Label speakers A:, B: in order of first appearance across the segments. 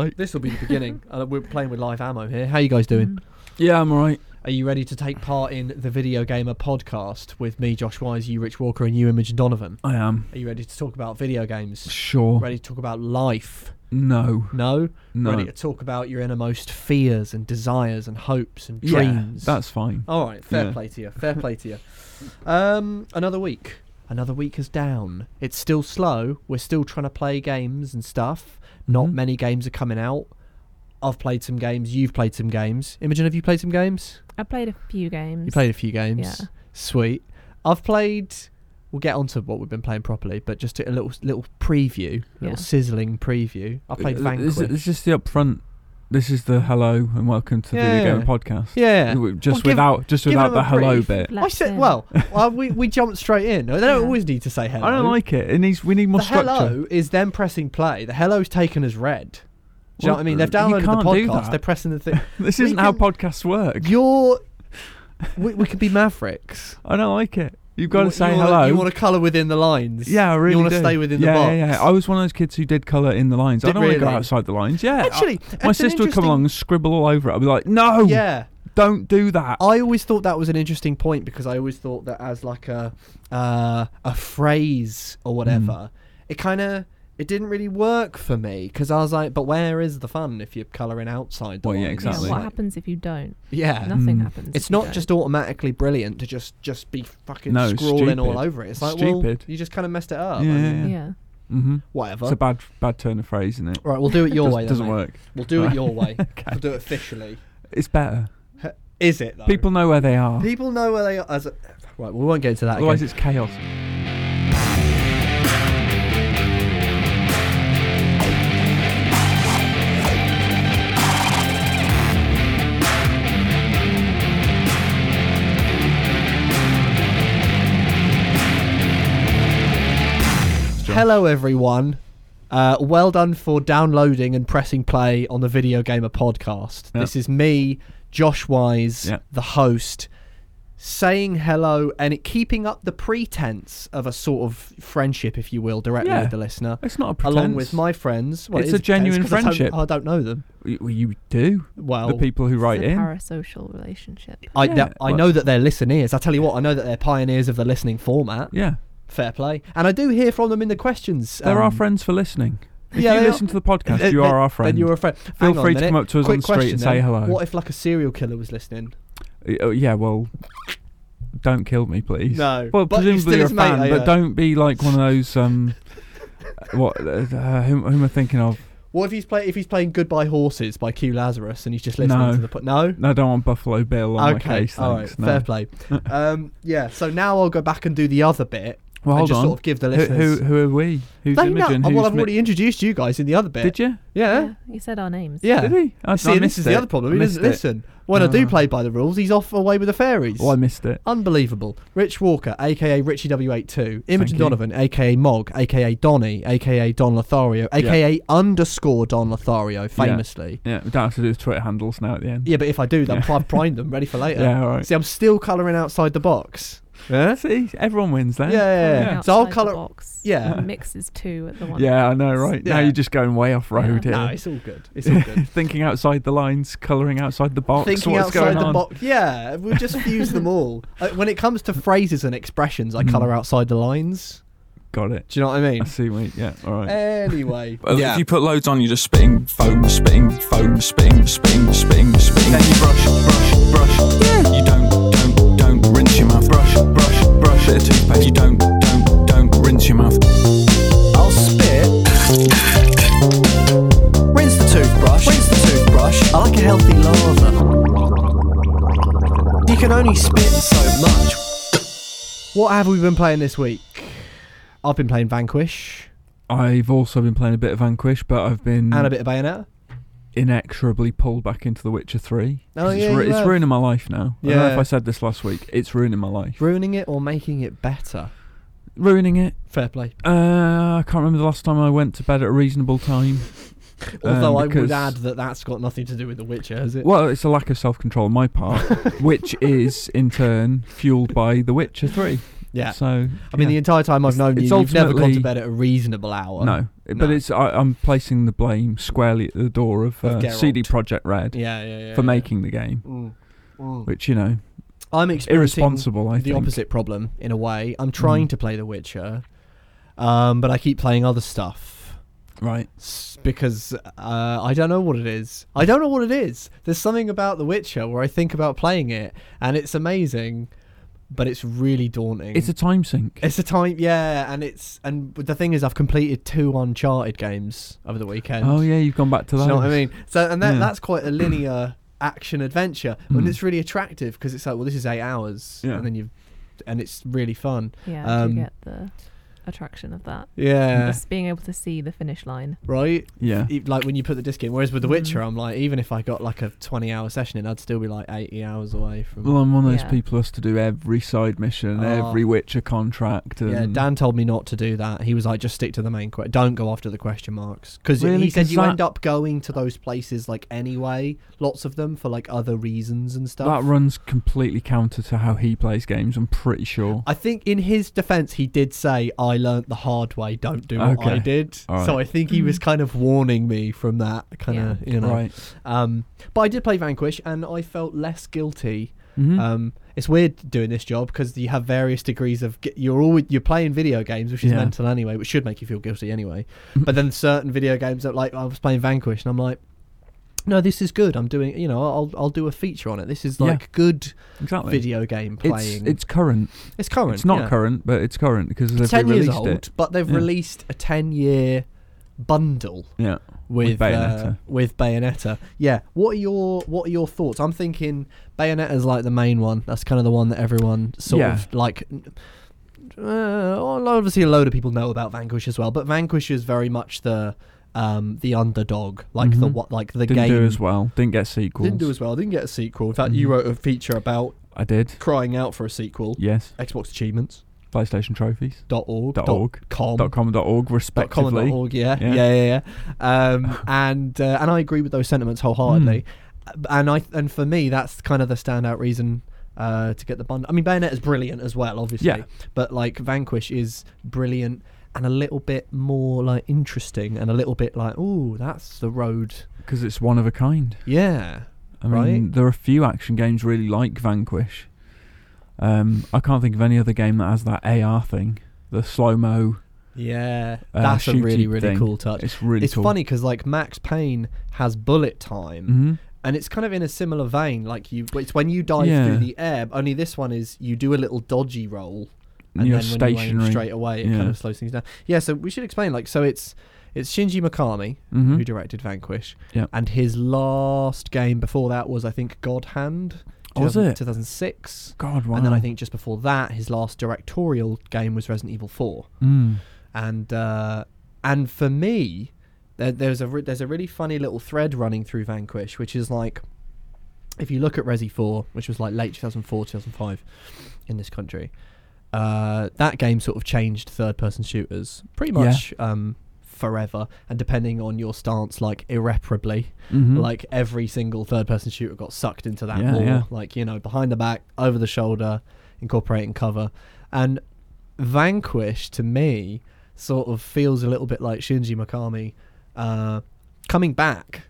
A: Like-
B: This will be the beginning. uh, we're playing with live ammo here. How you guys doing?
C: Mm. Yeah, I'm alright.
B: Are you ready to take part in the Video Gamer podcast with me, Josh Wise, you, Rich Walker, and you, Imogen Donovan?
C: I am.
B: Are you ready to talk about video games?
C: Sure.
B: Ready to talk about life?
C: No.
B: No?
C: No.
B: Ready to talk about your innermost fears and desires and hopes and
C: Yeah,
B: dreams?
C: That's fine.
B: All right, fair
C: Yeah.
B: play to you. Fair play to you. Um, another week. Another week is down. It's still slow. We're still trying to play games and stuff. Not
D: Mm-hmm.
C: Mhm.
B: many games are coming out. I've played some games. You've played some games. Imogen, have you played some games?
D: I played a few games.
B: You played a few games.
D: Yeah.
B: Sweet. I've played. We'll get onto what we've been playing properly, but just a little little preview, a
D: Yeah.
B: little sizzling preview. I played
C: Uh,
B: Vanquish.
C: This is, this is the upfront. This is the hello and welcome to
B: Yeah.
C: the Video Game Podcast.
B: yeah.
C: W- Just
B: Well, give-
C: without, just
B: give
C: without
B: them a
C: the hello
B: brief.
C: bit.
B: I
D: Bless
B: said,
D: him.
B: well, well, we we jumped straight in. They don't
D: Yeah.
B: always need to say hello.
C: I don't like it. It needs. We need more
B: the
C: structure.
B: hello is them pressing play. The hello's taken as read. Do you know
C: Well,
B: what I mean? They've
C: you
B: downloaded the
C: can't do
B: podcast.
C: that.
B: They're pressing the thing.
C: This
B: We
C: isn't how
B: can-
C: podcasts work.
B: You're. We, we could be mavericks.
C: I don't like it. You've got
B: You-
C: to say
B: you wanna-
C: hello.
B: You want to colour within the lines.
C: yeah, I really
B: You want to
C: do.
B: stay within
C: yeah,
B: the box.
C: Yeah, yeah. I was one of those kids who did colour in the lines. I
B: Did
C: don't want to go
B: really?
C: outside the lines. Yeah. I-
B: Actually,
C: my
B: that's an
C: sister would come
B: interesting-
C: along and scribble all over it. I'd be like, no,
B: Yeah,
C: don't do that.
B: I always thought that was an interesting point because I always thought that as like a uh, a phrase or
C: Mm.
B: whatever, it kind of it didn't really work for me because I was like, but where is the fun if you're colouring outside? The
C: Well, yeah,
B: lines?
D: Yeah,
C: Exactly.
D: what happens if you don't?
B: Yeah,
D: Nothing
C: Mm.
D: happens. if
B: It's
D: you
B: not
D: don't.
B: just automatically brilliant to just just be fucking
C: No,
B: scrawling
C: stupid.
B: all over it. It's like, well,
C: Stupid.
B: you just kind of messed it up.
C: Yeah,
B: I mean,
C: yeah,
D: Yeah.
C: Mm-hmm.
B: Whatever.
C: It's a bad, bad turn of phrase, isn't it?
B: right, we'll do it your
C: Does-
B: way. Then,
C: doesn't
B: mate.
C: work.
B: We'll do it
C: Right.
B: your way.
C: Okay.
B: We'll do it officially.
C: It's better.
B: Is it though?
C: People know where they are.
B: people know where they are. As a, right, we won't get into that.
C: Otherwise,
B: Again.
C: it's chaos.
B: Hello, everyone. Uh, well done for downloading and pressing play on the Video Gamer podcast.
C: Yeah.
B: This is me, Josh Wise,
C: Yeah.
B: the host, saying hello and it keeping up the pretense of a sort of friendship, if you will, directly
C: Yeah.
B: with the listener.
C: It's not a pretense.
B: along with my friends. Well, it
C: It's
B: is
C: a
B: pretense
C: genuine
B: 'cause I don't-
C: friendship.
B: I don't know them.
C: Y- well, you do.
B: Well,
C: the people who write
D: it's a
C: in.
D: parasocial relationship.
B: I,
C: Yeah,
B: that- I
C: well-
B: know that they're listeners. I tell you what, I know that they're pioneers of the listening format.
C: yeah,
B: Fair play, and I do hear from them in the questions.
C: they're our
B: um,
C: friends for listening. If
B: yeah,
C: you
B: they are-
C: listen to the podcast,
B: th-
C: you
B: th-
C: are our friend.
B: Then you're a friend.
C: Feel
B: Hang on a
C: free to come
B: minute.
C: up to us
B: Quick
C: on the street
B: question
C: and say
B: then.
C: hello.
B: What if like a serial killer was listening?
C: Y- oh, yeah, well, don't kill me, please.
B: No,
C: Well,
B: but
C: presumably
B: you're
C: you're a
B: still his
C: fan,
B: mate,
C: but
B: yeah.
C: don't be like one of those. Um, what? Uh, who, who am I thinking of?
B: What if he's play if he's playing Goodbye Horses by Q Lazarus and he's just listening
C: No.
B: to the put? No.
C: No, I don't want Buffalo Bill on
B: okay.
C: my case. Thanks.
B: All right.
C: no.
B: Fair play. um, yeah. So now I'll go back and do the other bit
C: Well,
B: and
C: hold
B: just
C: on.
B: sort of give the
C: who,
B: listeners.
C: who, who are we? Who's
B: They know.
C: Imogen?
B: Oh,
C: Who's
B: well, I've
C: Mi-
B: already introduced you guys in the other bit.
C: Did you?
B: Yeah.
D: You said our names.
B: Yeah.
C: Did he? I,
B: See,
C: I
B: and
C: missed
B: this is
C: it.
B: the other problem. He
C: I missed
B: doesn't
C: it.
B: listen. When I do
C: Ah.
B: play by the rules, he's off away with the fairies.
C: Well, I missed it.
B: Unbelievable. Rich Walker, aka Richie W82,
C: Thank
B: Imogen
C: you.
B: Donovan, aka Mog, aka Donny, aka Don Lothario, aka underscore Don Lothario, famously.
C: Yeah, we don't have to do the Twitter handles now at the end.
B: Yeah, but if I do, then
C: Yeah.
B: I've primed them, ready for later.
C: Yeah, all right.
B: See, I'm still colouring outside the box. Yeah?
C: See, everyone wins
B: Yeah,
C: then.
B: yeah,
D: Colouring
B: yeah.
D: outside
B: So I'll
D: the
B: colour.
D: box.
B: yeah.
D: and Mixes two at the one.
C: Yeah, I know, right? Now
B: Yeah.
C: you're just going way off road
D: Yeah.
B: No,
C: here.
B: it's all good. It's all good.
C: Thinking outside the lines, colouring outside the box.
B: thinking
C: what's
B: outside
C: going
B: the
C: on?
B: box. Yeah, we just fuse them all. Uh, when it comes to phrases and expressions, I
C: Mm.
B: colour outside the lines.
C: Got it.
B: Do you know what I
C: I
B: mean?
C: see, mate. Yeah, all right.
B: Anyway,
E: Well,
B: yeah.
E: If you put loads on, you're just spitting foam, spitting foam, spitting, spitting, spitting, spitting. Then you brush, brush, brush. Yeah. You don't, don't, don't rinse your mouth. Brush, brush, brush. Bit of toothpaste. You don't, don't, don't rinse your mouth.
F: I'll spit. Rinse the toothbrush. Rinse the toothbrush. I like a healthy lava. You can only spit so much.
B: what have we been playing this week? I've been playing Vanquish
C: I've also been playing a bit of Vanquish, but I've been
B: and a bit of Bayonetta.
C: inexorably pulled back into The Witcher 3.
B: Oh,
C: it's,
B: yeah, you
C: it's
B: have.
C: ruining my life now. I don't know
B: Yeah.
C: if I said this last week. It's ruining my life.
B: Ruining it or making it better?
C: ruining it.
B: Fair play.
C: Uh, I can't remember the last time I went to bed at a reasonable time.
B: Although I would
C: because-
B: add that that's got nothing to do with The Witcher, has it?
C: Well, it's a lack of self control on my part, which is in turn fueled by The Witcher 3.
B: Yeah.
C: So
B: I mean, the
C: yeah.
B: entire time I've
C: It's-
B: known you,
C: it's
B: you've never gone to
C: ultimately-
B: bed at a reasonable hour.
C: no,
B: No.
C: But it's I, I'm placing the blame squarely at the door of,
B: Of
C: uh, CD
B: Geralt.
C: Project Red
B: Yeah, yeah, yeah.
C: for
B: yeah.
C: making the game,
B: Mm. Mm.
C: which you know,
B: I'm experiencing
C: irresponsible. I
B: the
C: think.
B: opposite problem in a way. I'm trying
C: Mm.
B: to play The Witcher, um, but I keep playing other stuff
C: Right.
B: s- because uh, I don't know what it is. I don't know what it is. There's something about The Witcher where I think about playing it, and it's amazing, but it's really daunting.
C: It's a time sink.
B: It's a time, yeah, and it's and the thing is, I've completed two Uncharted games over the weekend.
C: oh yeah, you've gone back to
B: Do
C: that.
B: you know what I mean? So, and that,
C: Yeah.
B: that's quite a linear action adventure, and
C: Mm.
B: it's really attractive because it's like, well, this is eight hours,
C: Yeah.
B: and then you, and it's really fun.
D: Yeah, I
B: Um,
D: do get the attraction of that.
B: Yeah,
D: Just being able to see the finish line.
B: right.
C: Yeah.
B: E- Like when you put the disc in. Whereas with
C: Hmm.
B: The
D: Mhm.
B: Witcher, I'm like, even if I got like a 20-hour session in, I'd still be like 80 hours away from.
C: Well, I'm one of those
D: Yeah.
C: people who has to do every side mission,
B: Oh.
C: every Witcher contract. And
B: yeah, Dan told me not to do that. He was like, just stick to the main question. Don't go after the question marks. Because
C: Really?
B: he said
C: 'Cause
B: you
C: that-
B: end up going to those places like anyway, lots of them for like other reasons and stuff.
C: That runs completely counter to how he plays games. I'm pretty sure.
B: I think in his defense, he did say, I learnt the hard way, don't do what I
C: Okay.
B: did.
C: All
B: So I
C: right.
B: think he was
D: Mm.
B: kind of warning me from that, kind of, you know.
C: Right.
B: Um, but I did play Vanquish and I felt less guilty.
C: Mhm.
B: Um, it's weird doing this job because you have various degrees of gu- you're always you're playing video games, which is
C: Yeah. Mm-hmm.
B: mental anyway, which should make you feel guilty anyway. but then certain video games that like I was playing Vanquish and I'm like, no, this is good. I'm doing you know I'll I'll do a feature on it. This is
C: Yeah.
B: like good
C: exactly.
B: video game
C: it's
B: playing.
C: it's current.
B: It's current.
C: It's not
B: yeah.
C: current, but it's current because they've
B: It's ten years
C: released
B: old,
C: it.
B: but they've
C: Yeah.
B: released a ten year bundle
C: Yeah.
B: with
C: With
B: Bayonetta.
C: Bayonetta.
B: with Bayonetta. Yeah. What are your What are your thoughts? I'm thinking Bayonetta's like the main one. That's kind of the one that everyone sort
C: Yeah.
B: of like. n- Uh, well, obviously, a load of people know about Vanquish as well, but Vanquish is very much the um the underdog, like the
C: Mhm.
B: what, like the
C: Didn't
B: game
C: do as well. Didn't get sequels.
B: didn't do as well. Didn't get a sequel. In fact, you
C: Mhm.
B: wrote a feature about
C: I did.
B: crying out for a sequel.
C: Yes.
B: Xbox Achievements
C: PlayStation trophies.
B: dot org
C: Dot
B: dot
C: org.
B: com
C: dot com. and Dot
B: Um,
C: org.
B: dot com and dot
C: Respectively.
B: org, yeah, yeah,
C: Yeah.
B: yeah, yeah. Um, and uh, and I agree with those sentiments wholeheartedly.
C: Hmm.
B: Uh, And I and for me, that's kind of the standout reason uh, to get the bundle. I mean, Bayonet is brilliant as well, obviously,
C: Yeah.
B: but like Vanquish is brilliant and a little bit more like interesting and a little bit like, oh, that's the road.
C: Because it's one of a kind.
B: Yeah,
C: I mean,
B: Right.
C: there are a few action games really like Vanquish. Um, I can't think of any other game that has that AR thing, the slow mo.
B: yeah,
C: Uh,
B: that's a
C: shooty
B: really really
C: thing.
B: cool touch.
C: It's really
B: It's
C: cool.
B: funny because like Max Payne has bullet time.
C: hmm
B: and it's kind of in a similar vein. Like you, it's when you dive
C: Yeah.
B: through the air. but Only this one is you do a little dodgy roll,
C: And you're
B: then when you aim
C: stationary.
B: straight away. It
C: Yeah.
B: kind of slows things down. Yeah, so we should explain. Like, so it's it's Shinji Mikami
C: hmm
B: who directed Vanquish,
C: Yeah.
B: and his last game before that was I think God Hand.
C: Oh, was
B: 2000
C: it?
B: 2006?
C: God, wow.
B: And then I think just before that, his last directorial game was Resident Evil 4
C: Mm.
B: and uh, and for me, there, there's a re- there's a really funny little thread running through Vanquish, which is like, if you look at Resi Four, which was like late 2004, 2005, in this country, uh, that game sort of changed third-person shooters pretty
C: Yeah.
B: much um, forever, and depending on your stance, like irreparably.
C: Mhm.
B: Like every single third-person shooter got sucked into that
C: Yeah,
B: wall,
C: yeah.
B: like you know, behind the back, over the shoulder, incorporating cover, and Vanquish to me sort of feels a little bit like Shinji Mikami uh, coming back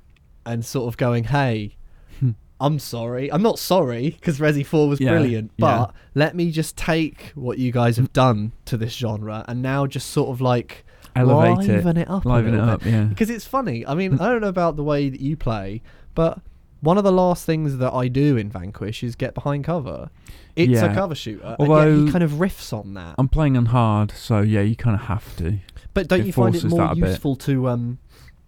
B: and sort of going, "Hey,
C: Hmm.
B: I'm sorry. I'm not sorry because Resi Four was
C: Yeah,
B: brilliant,
C: yeah.
B: but let me just take what you guys have done to this genre and now just sort of like
C: elevate it,
B: liven it, up,
C: liven
B: a
C: it
B: little
C: up. Yeah.
B: because it's funny. I mean, I don't know about the way that you play, but one of the last things that I do in Vanquish is get behind cover. It's a
C: Yeah.
B: cover shooter, and yet he
C: Although- Um,
B: kind of riffs on that.
C: I'm playing on hard, so yeah, you kind of have to.
B: But don't
C: It
B: you find it
C: forces
B: more
C: that a bit.
B: useful to um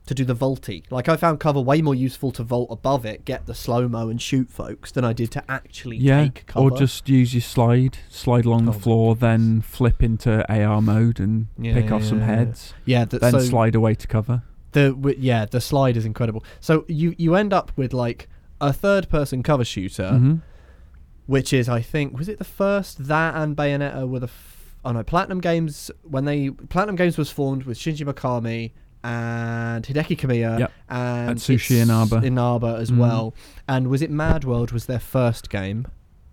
B: to do the vaulty? Like I found cover way more useful to vault above it, get the slow mo and shoot folks than I did to actually
C: Yeah,
B: take cover.
C: or just use your slide, slide along
B: Oh,
C: the floor, then flip into AR mode and
B: Yeah,
C: pick
B: yeah,
C: off some
B: yeah, yeah.
C: heads,
B: yeah, the,
C: then
B: so
C: slide away to cover.
B: the w- yeah the slide is incredible. So you you end up with like a third person cover shooter,
C: hmm
B: which is I think was it the first that and Bayonetta were the f- oh no Platinum Games when they Platinum Games was formed with Shinji Mikami and Hideki Kamiya
C: Yep.
B: and
C: Atsushi Inaba.
B: Inaba as
C: Mm.
B: well. And was it Mad World was their first game?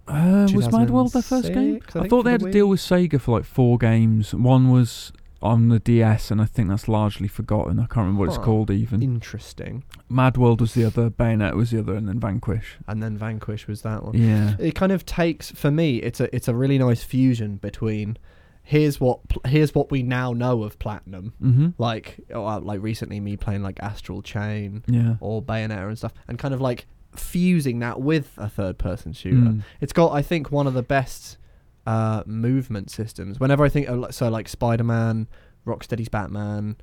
C: Uh, was Mad World their first game?
B: 2006, I
C: I,
B: think,
C: thought they
B: for
C: had
B: the
C: to deal with Sega for like four games. One was on the DS, and I think that's largely forgotten. I can't remember what it's
B: Huh.
C: called even.
B: Interesting.
C: Mad World was the other, Bayonet was the other, and then Vanquish.
B: And then Vanquish was that one.
C: Yeah.
B: it kind of takes for me it's a it's a really nice fusion between here's what pl- here's what we now know of platinum
C: Mm-hmm.
B: like oh, uh, like recently me playing like astral chain
C: Yeah.
B: or bayonetta and stuff and kind of like fusing that with a third person shooter
C: Mm.
B: it's got i think one of the best uh movement systems whenever i think of like- so like spider-man rocksteady's batman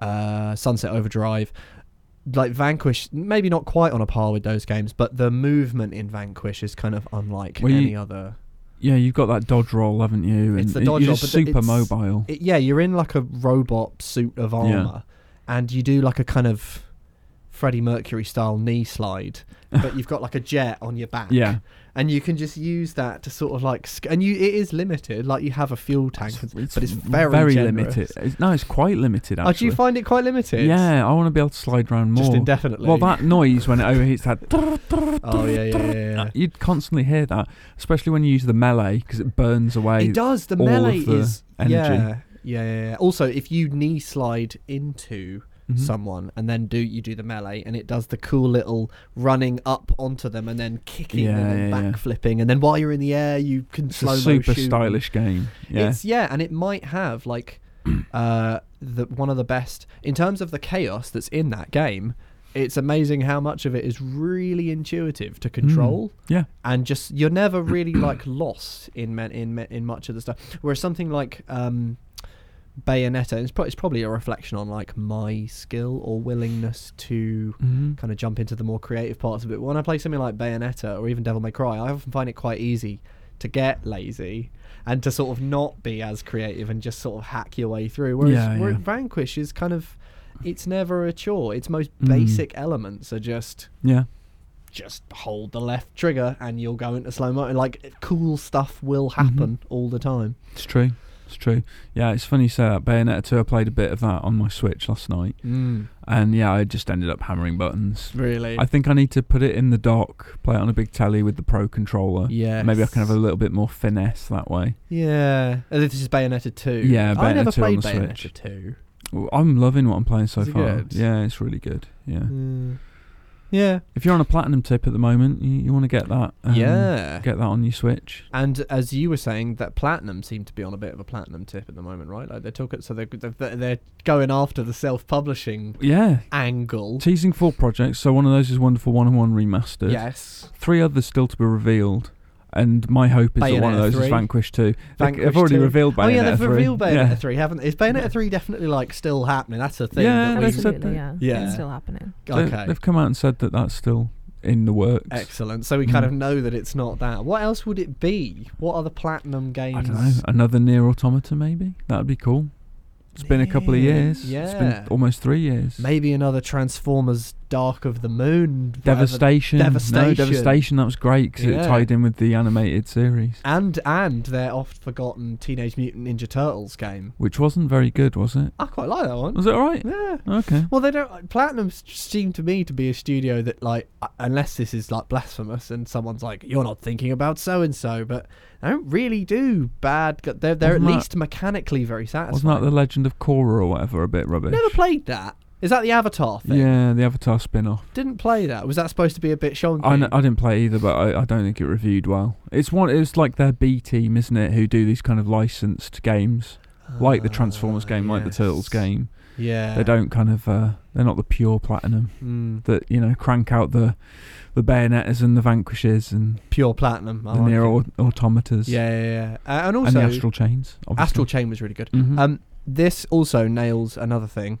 B: uh sunset overdrive like vanquish maybe not quite on a par with those games but the movement in vanquish is kind of unlike
C: Well, you-
B: any other
C: Yeah, you've got that dodge roll, haven't you? And
B: It's the
C: y-
B: dodge
C: you're
B: roll,
C: just
B: but the-
C: super
B: it's-
C: mobile.
B: it, yeah, you're in like a robot suit of armor, and you do like a kind of Freddie Mercury style knee slide, but you've got like a jet on your back.
C: Yeah.
B: and you can just use that to sort of like, sc- and you it is limited. Like you have a fuel tank, but it's very generous.
C: limited. It's, no, it's quite limited
B: Oh, do
C: actually.
B: you find it quite limited?
C: yeah, I want to be able to slide around more.
B: just indefinitely.
C: well, that noise when it overheats that.
B: Oh yeah, yeah, yeah. yeah.
C: You'd constantly hear that, especially when you use the melee because it burns away.
B: It does. The
C: Uh, all
B: melee
C: of the
B: is
C: energy.
B: yeah, yeah, yeah, yeah. Also, if you knee slide into
C: Mhm.
B: someone and then do you do the melee and it does the cool little running up onto them and then kicking them
C: Yeah,
B: and
C: yeah, yeah.
B: backflipping and then while you're in the air you can
C: It's
B: slow
C: a super stylish game. Yeah.
B: It's yeah, and it might have like uh the one of the best in terms of the chaos that's in that game. It's amazing how much of it is really intuitive to control
C: Mm-hmm. yeah.
B: and just you're never really like lost in men, in men- in much of the stuff. Whereas something like um, Bayonetta, it's, pro- it's probably a reflection on like my skill or willingness to
C: Mm-hmm.
B: kind of jump into the more creative parts of it. When I play something like Bayonetta or even Devil May Cry, I often find it quite easy to get lazy and to sort of not be as creative and just sort of hack your way through. Whereas
C: Yeah,
B: where
C: yeah.
B: Vanquish is kind of it's never a chore. Its most
C: Mm.
B: basic elements are just
C: Yeah.
B: just hold the left trigger and you'll go into slow mo. Like cool stuff will
C: Mm-hmm.
B: happen all the time.
C: It's true. It's true. Yeah, it's funny you say that. Bayonetta 2, I played a bit of that on my Switch last night. And yeah, I just ended up hammering buttons.
B: Really?
C: I think I need to put it in the dock, play it on a big telly with the Pro controller.
B: yeah.
C: Maybe I can have a little bit more finesse that way.
B: Yeah. Oh, This is Bayonetta two.
C: Yeah,
B: I never
C: Bayonetta 2 on
B: played
C: the
B: Bayonetta
C: Switch.
B: two.
C: Well, I'm loving what I'm playing so
B: Is it
C: far.
B: good?
C: Yeah, it's really good. Yeah.
B: Mm. Yeah.
C: If you're on a platinum tip at the moment, you, you want to get that. um,
B: yeah.
C: Get that on your Switch.
B: And as you were saying, that platinum seem to be on a bit of a platinum tip at the moment, right? Like they're talking, so they're they're, they're going after the self-publishing
C: Yeah.
B: angle.
C: Teasing four projects. So one of those is Wonderful One and One Remastered.
B: Yes.
C: Three others still to be revealed. And my hope is that
B: Bayonetta
C: one of those is
B: 3.
C: Vanquish 2.
B: Vanquish
C: I've already
B: 2.
C: revealed Bayonetta
B: oh yeah, they've
C: 3.
B: revealed Bayonetta
C: Yeah.
B: three, haven't they? Is Bayonetta three definitely like still happening? That's a thing.
C: Yeah,
B: that we-
C: they said
D: Absolutely,
C: that-
D: yeah.
B: Yeah.
D: It's still happening.
C: They-
B: Okay.
C: They've come out and said that that's still in the works.
B: Excellent. So we kind of
C: Mm.
B: know that it's not that. What else would it be? What are the platinum games?
C: I don't know. Another Near Automata, maybe? That'd be cool. It's been a couple of
B: Yeah.
C: years. It's
B: Yeah.
C: been almost three years.
B: Maybe another Transformers Dark of the Moon. whatever-
C: Devastation.
B: Devastation.
C: No, Devastation. That was great because
B: Yeah.
C: it tied in with the animated series,
B: And and their oft forgotten Teenage Mutant Ninja Turtles game.
C: which wasn't very good, was it?
B: I quite like that one.
C: Was it alright?
B: Yeah.
C: Okay.
B: Well, they don't. Platinum s- seem to me to be a studio that, like, uh, unless this is like blasphemous and someone's like, "You're not thinking about so and so," but they don't really do bad. g- They're they're at
C: Wasn't that-
B: least mechanically very satisfying.
C: Wasn't that The Legend of Korra or whatever a bit rubbish?
B: Never played that. Is that the Avatar thing?
C: Yeah, the Avatar spin off.
B: Didn't play that. Was that supposed to be a bit shonky?
C: I, kn- I didn't play either, but I, I don't think it reviewed well. It's one. It's like their B team, isn't it? Who do these kind of licensed games,
B: Ah,
C: like the Transformers game, like the Turtles game.
B: Yeah.
C: They don't kind of. Uh, they're not the pure platinum
B: Mm,
C: that you know crank out the, the Bayonettas and the Vanquishes and
B: pure platinum. I
C: the
B: like
C: Near
B: it.
C: au- Automatas.
B: Yeah, yeah, yeah. Uh, and
C: and
B: also,
C: the Astral Chains. Obviously.
B: Astral Chain was really good.
C: Mhm.
B: Um, this also nails another thing,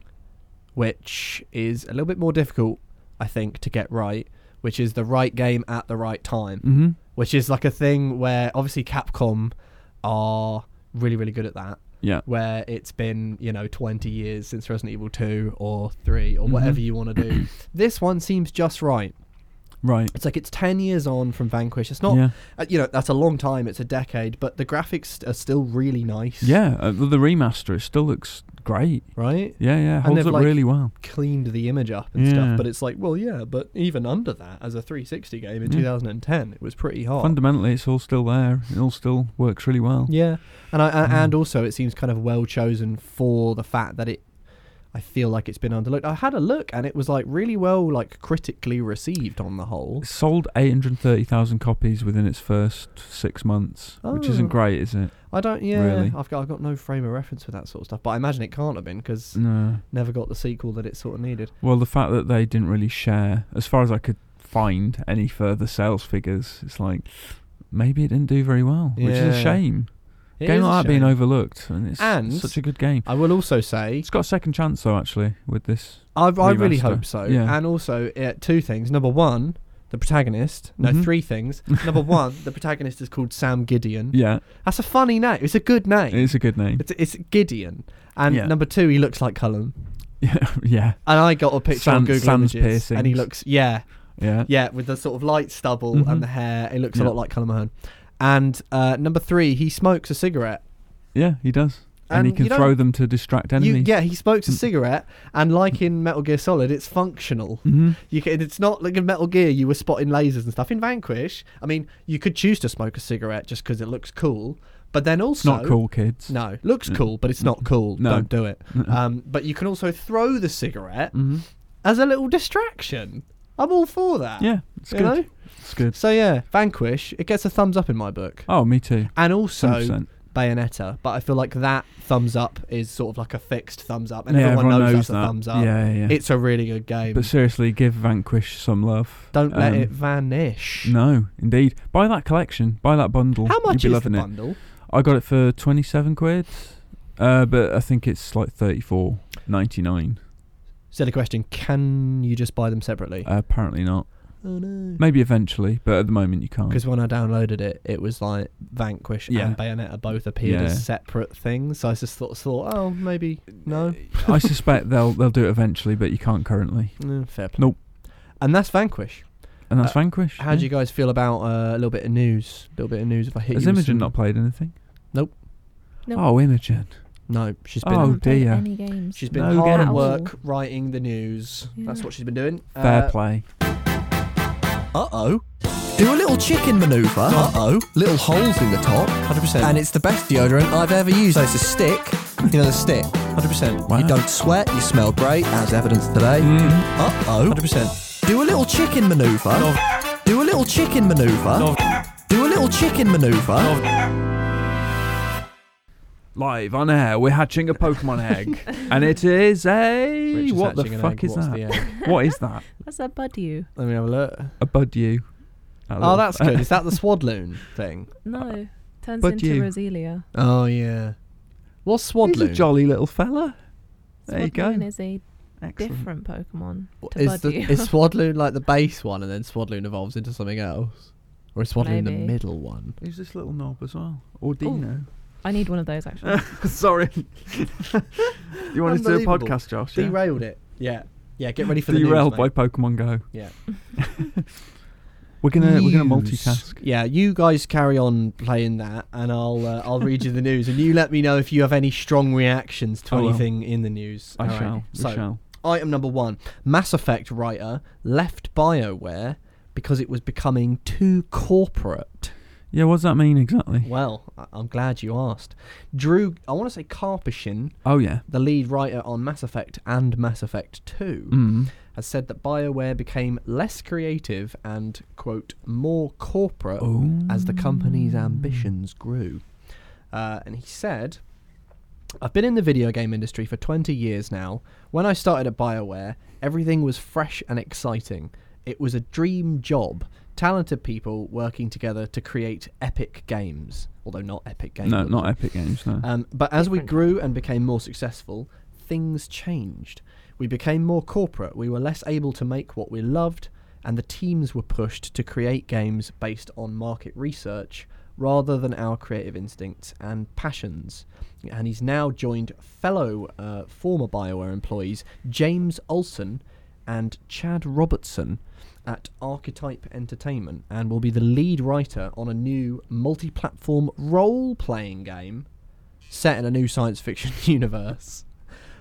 B: which is a little bit more difficult, I think, to get right, which is the right game at the right time.
C: Mhm.
B: Which is like a thing where obviously Capcom are really, really good at that.
C: Yeah.
B: Where it's been, you know, 20 years since Resident Evil 2 or 3 or whatever
C: Mhm.
B: you want to do. this one seems just right.
C: Right.
B: It's like it's 10 years on from Vanquish. It's not,
C: Yeah.
B: uh, you know, that's a long time. It's a decade, but the graphics are still really nice.
C: Yeah. Uh, the the remaster it still looks great.
B: Right?
C: Yeah. Yeah. Holds
B: they've,
C: up
B: like-
C: really well.
B: Cleaned the image up and
C: Yeah.
B: stuff, but it's like, well, yeah, but even under that, as a 360 game in
C: Yeah.
B: 2010, it was pretty hard.
C: Fundamentally, it's all still there. It all still works really well.
B: Yeah, and I, a-
C: Mm.
B: and also it seems kind of well chosen for the fact that it. I feel like it's been underlooked. I had a look and it was like really well, like critically received on the whole.
C: It sold 830,000 copies within its first six months, which isn't
B: Oh.
C: great, is it?
B: I don't, yeah,
C: Really?
B: I've got I've got no frame of reference for that sort of stuff, but I imagine it can't have been because
C: No.
B: never got the sequel that it sort of needed.
C: Well, the fact that they didn't really share, as far as I could find, any further sales figures, it's like maybe it didn't do very well, which is a
B: Yeah.
C: shame.
B: It
C: game
B: is a
C: like that being
B: shame.
C: overlooked, and it's
B: And-
C: such a good game.
B: I will also say
C: It's got a second chance though, actually, with this.
B: I, I really
C: Remaster.
B: hope so.
C: Yeah.
B: And also, uh, two things. Number one, the protagonist. No,
C: Mhm.
B: three things. Number one, the protagonist is called Sam Gideon.
C: Yeah,
B: That's a funny name. It's a good name.
C: it's a good name.
B: It's, it's Gideon. And
C: Yeah.
B: number two, he looks like Cullen.
C: Yeah, yeah,
B: And I got a picture on
C: Sans-
B: Google
C: sans
B: Images, and he
C: piercings.
B: looks yeah,
C: yeah.
B: yeah, with the sort of light stubble
C: Mhm.
B: and the hair. It looks a
C: Yeah.
B: lot like Cullen Mahone. And uh, number three, he smokes a cigarette.
C: Yeah, he does, and, he
B: And
C: can
B: you
C: throw
B: don't-
C: them to distract
B: You,
C: enemies.
B: yeah, he smokes a
C: Mm.
B: cigarette, and like in Metal Gear Solid, it's functional.
C: hmm
B: You can, it's not like in Metal Gear you were spotting lasers and stuff. In Vanquish, I mean, you could choose to smoke a cigarette just because it looks cool, but then
C: It's
B: also
C: not cool, kids. Mm-hmm.
B: No, looks
C: Mm.
B: cool, but it's not cool.
C: No.
B: Don't do it. Um, but you can also throw the cigarette
C: hmm
B: as a little distraction. I'm all for that.
C: Yeah, it's
B: you
C: good.
B: know?
C: It's good.
B: So yeah, Vanquish, it gets a thumbs up in my book.
C: Oh, me too.
B: And also
C: 100%.
B: Bayonetta, but I feel like that thumbs up is sort of like a fixed thumbs up, and
C: yeah,
B: everyone, knows, that's
C: that.
B: a thumbs up.
C: Yeah, yeah. yeah.
B: It's a really good game.
C: but seriously, give Vanquish some love.
B: Don't let
C: Um,
B: it vanish.
C: No, indeed. Buy that collection. Buy that bundle.
B: How
C: You'd
B: much
C: be
B: is the
C: loving it.
B: bundle?
C: I got it for twenty-seven quid, uh, but I think it's like thirty-four ninety-nine.
B: Silly question. Can you just buy them separately?
C: Uh, apparently not.
B: oh no.
C: Maybe eventually, but at the moment you can't.
B: Because when I downloaded it, it was like Vanquish
C: Yeah.
B: and Bayonetta both appeared
C: Yeah.
B: as separate things. So I just thought, thought oh, maybe
C: Uh,
B: no.
C: I suspect they'll they'll do it eventually, but you can't currently.
B: Mm, fair play.
C: Nope.
B: And that's Vanquish.
C: And that's
B: Uh,
C: Vanquish.
B: How do you guys feel about uh, a little bit of news? A little bit of news. If I hit
C: Has
B: you, with
C: Imogen
B: some-
C: not played anything?
D: No,
C: Oh, Imogen.
B: No, she's been.
D: I
C: Oh,
D: haven't played
C: dear.
D: Any games?
B: She's been
C: No
B: hard
C: games.
B: at work writing the news. That's
D: Yeah.
B: what she's been doing.
C: Fair
B: Uh,
C: play.
F: Uh oh. Do a little chicken maneuver. Uh oh. Little holes in the top.
B: 100%.
F: And it's the best deodorant I've ever used. So it's a stick. You know, the stick.
B: 100%.
C: Wow.
F: You don't sweat. You smell great, as evidenced today.
C: Mm.
F: Uh oh.
B: 100%.
F: Do a little chicken maneuver. Do a little chicken maneuver. Do a little chicken maneuver.
C: Live on air, we're hatching a Pokemon egg, and it is a
B: Rich is
C: what the
B: hatching an
C: fuck
B: egg.
C: is
B: What's
C: that?
B: the egg?
C: what is that?
D: That's a bud you.
B: Let me have a look.
C: A bud you. That
B: Oh,
C: little-
B: that's good. Is that the swadloon thing?
D: No, turns
C: bud
D: into
C: you.
D: Roselia.
B: Oh yeah. What's swadloon?
C: He's a jolly little fella. There you go.
D: Swadloon is a
C: Excellent.
D: different Pokemon to
B: is
D: bud
B: the
D: you.
B: is Swadloon like the base one, and then Swadloon evolves into something else, or is Swadloon the
D: Maybe.
B: middle one?
C: Is this little knob as well?
B: Oh.
C: Or Dino?
D: I need one of those actually.
C: Sorry. you wanted to do a
B: Unbelievable.
C: podcast, Josh? yeah?
B: Derailed it. Yeah, yeah. Get ready for the
C: Derailed
B: news,
C: by
B: mate.
C: Pokemon Go.
B: Yeah.
C: We're gonna we're gonna
B: News.
C: multitask.
B: Yeah, you guys carry on playing that, and I'll uh, I'll read you the news, and you let me know if you have any strong reactions to
C: I will.
B: anything in the news.
C: Oh, I
B: All right.
C: shall. we
B: So,
C: shall.
B: item number one: Mass Effect writer left BioWare because it was becoming too corporate.
C: Yeah, what does that mean exactly?
B: Well, I- I'm glad you asked. Drew, I want to say Carpishin,
C: Oh yeah.
B: the lead writer on Mass Effect and Mass Effect 2,
C: Mm.
B: has said that BioWare became less creative and, quote, more corporate
C: Oh.
B: as the company's ambitions grew. Uh, and he said, I've been in the video game industry for 20 years now. When I started at BioWare, everything was fresh and exciting. It was a dream job. Talented people working together to create epic games. Although not epic games.
C: No, not Epic Games. No.
B: Um, but as we
D: Different.
B: grew and became more successful, things changed. We became more corporate. We were less able to make what we loved, and the teams were pushed to create games based on market research rather than our creative instincts and passions. And he's now joined fellow uh, former BioWare employees James Olson and Chad Robertson at Archetype Entertainment and will be the lead writer on a new multi platform role playing game set in a new science fiction universe.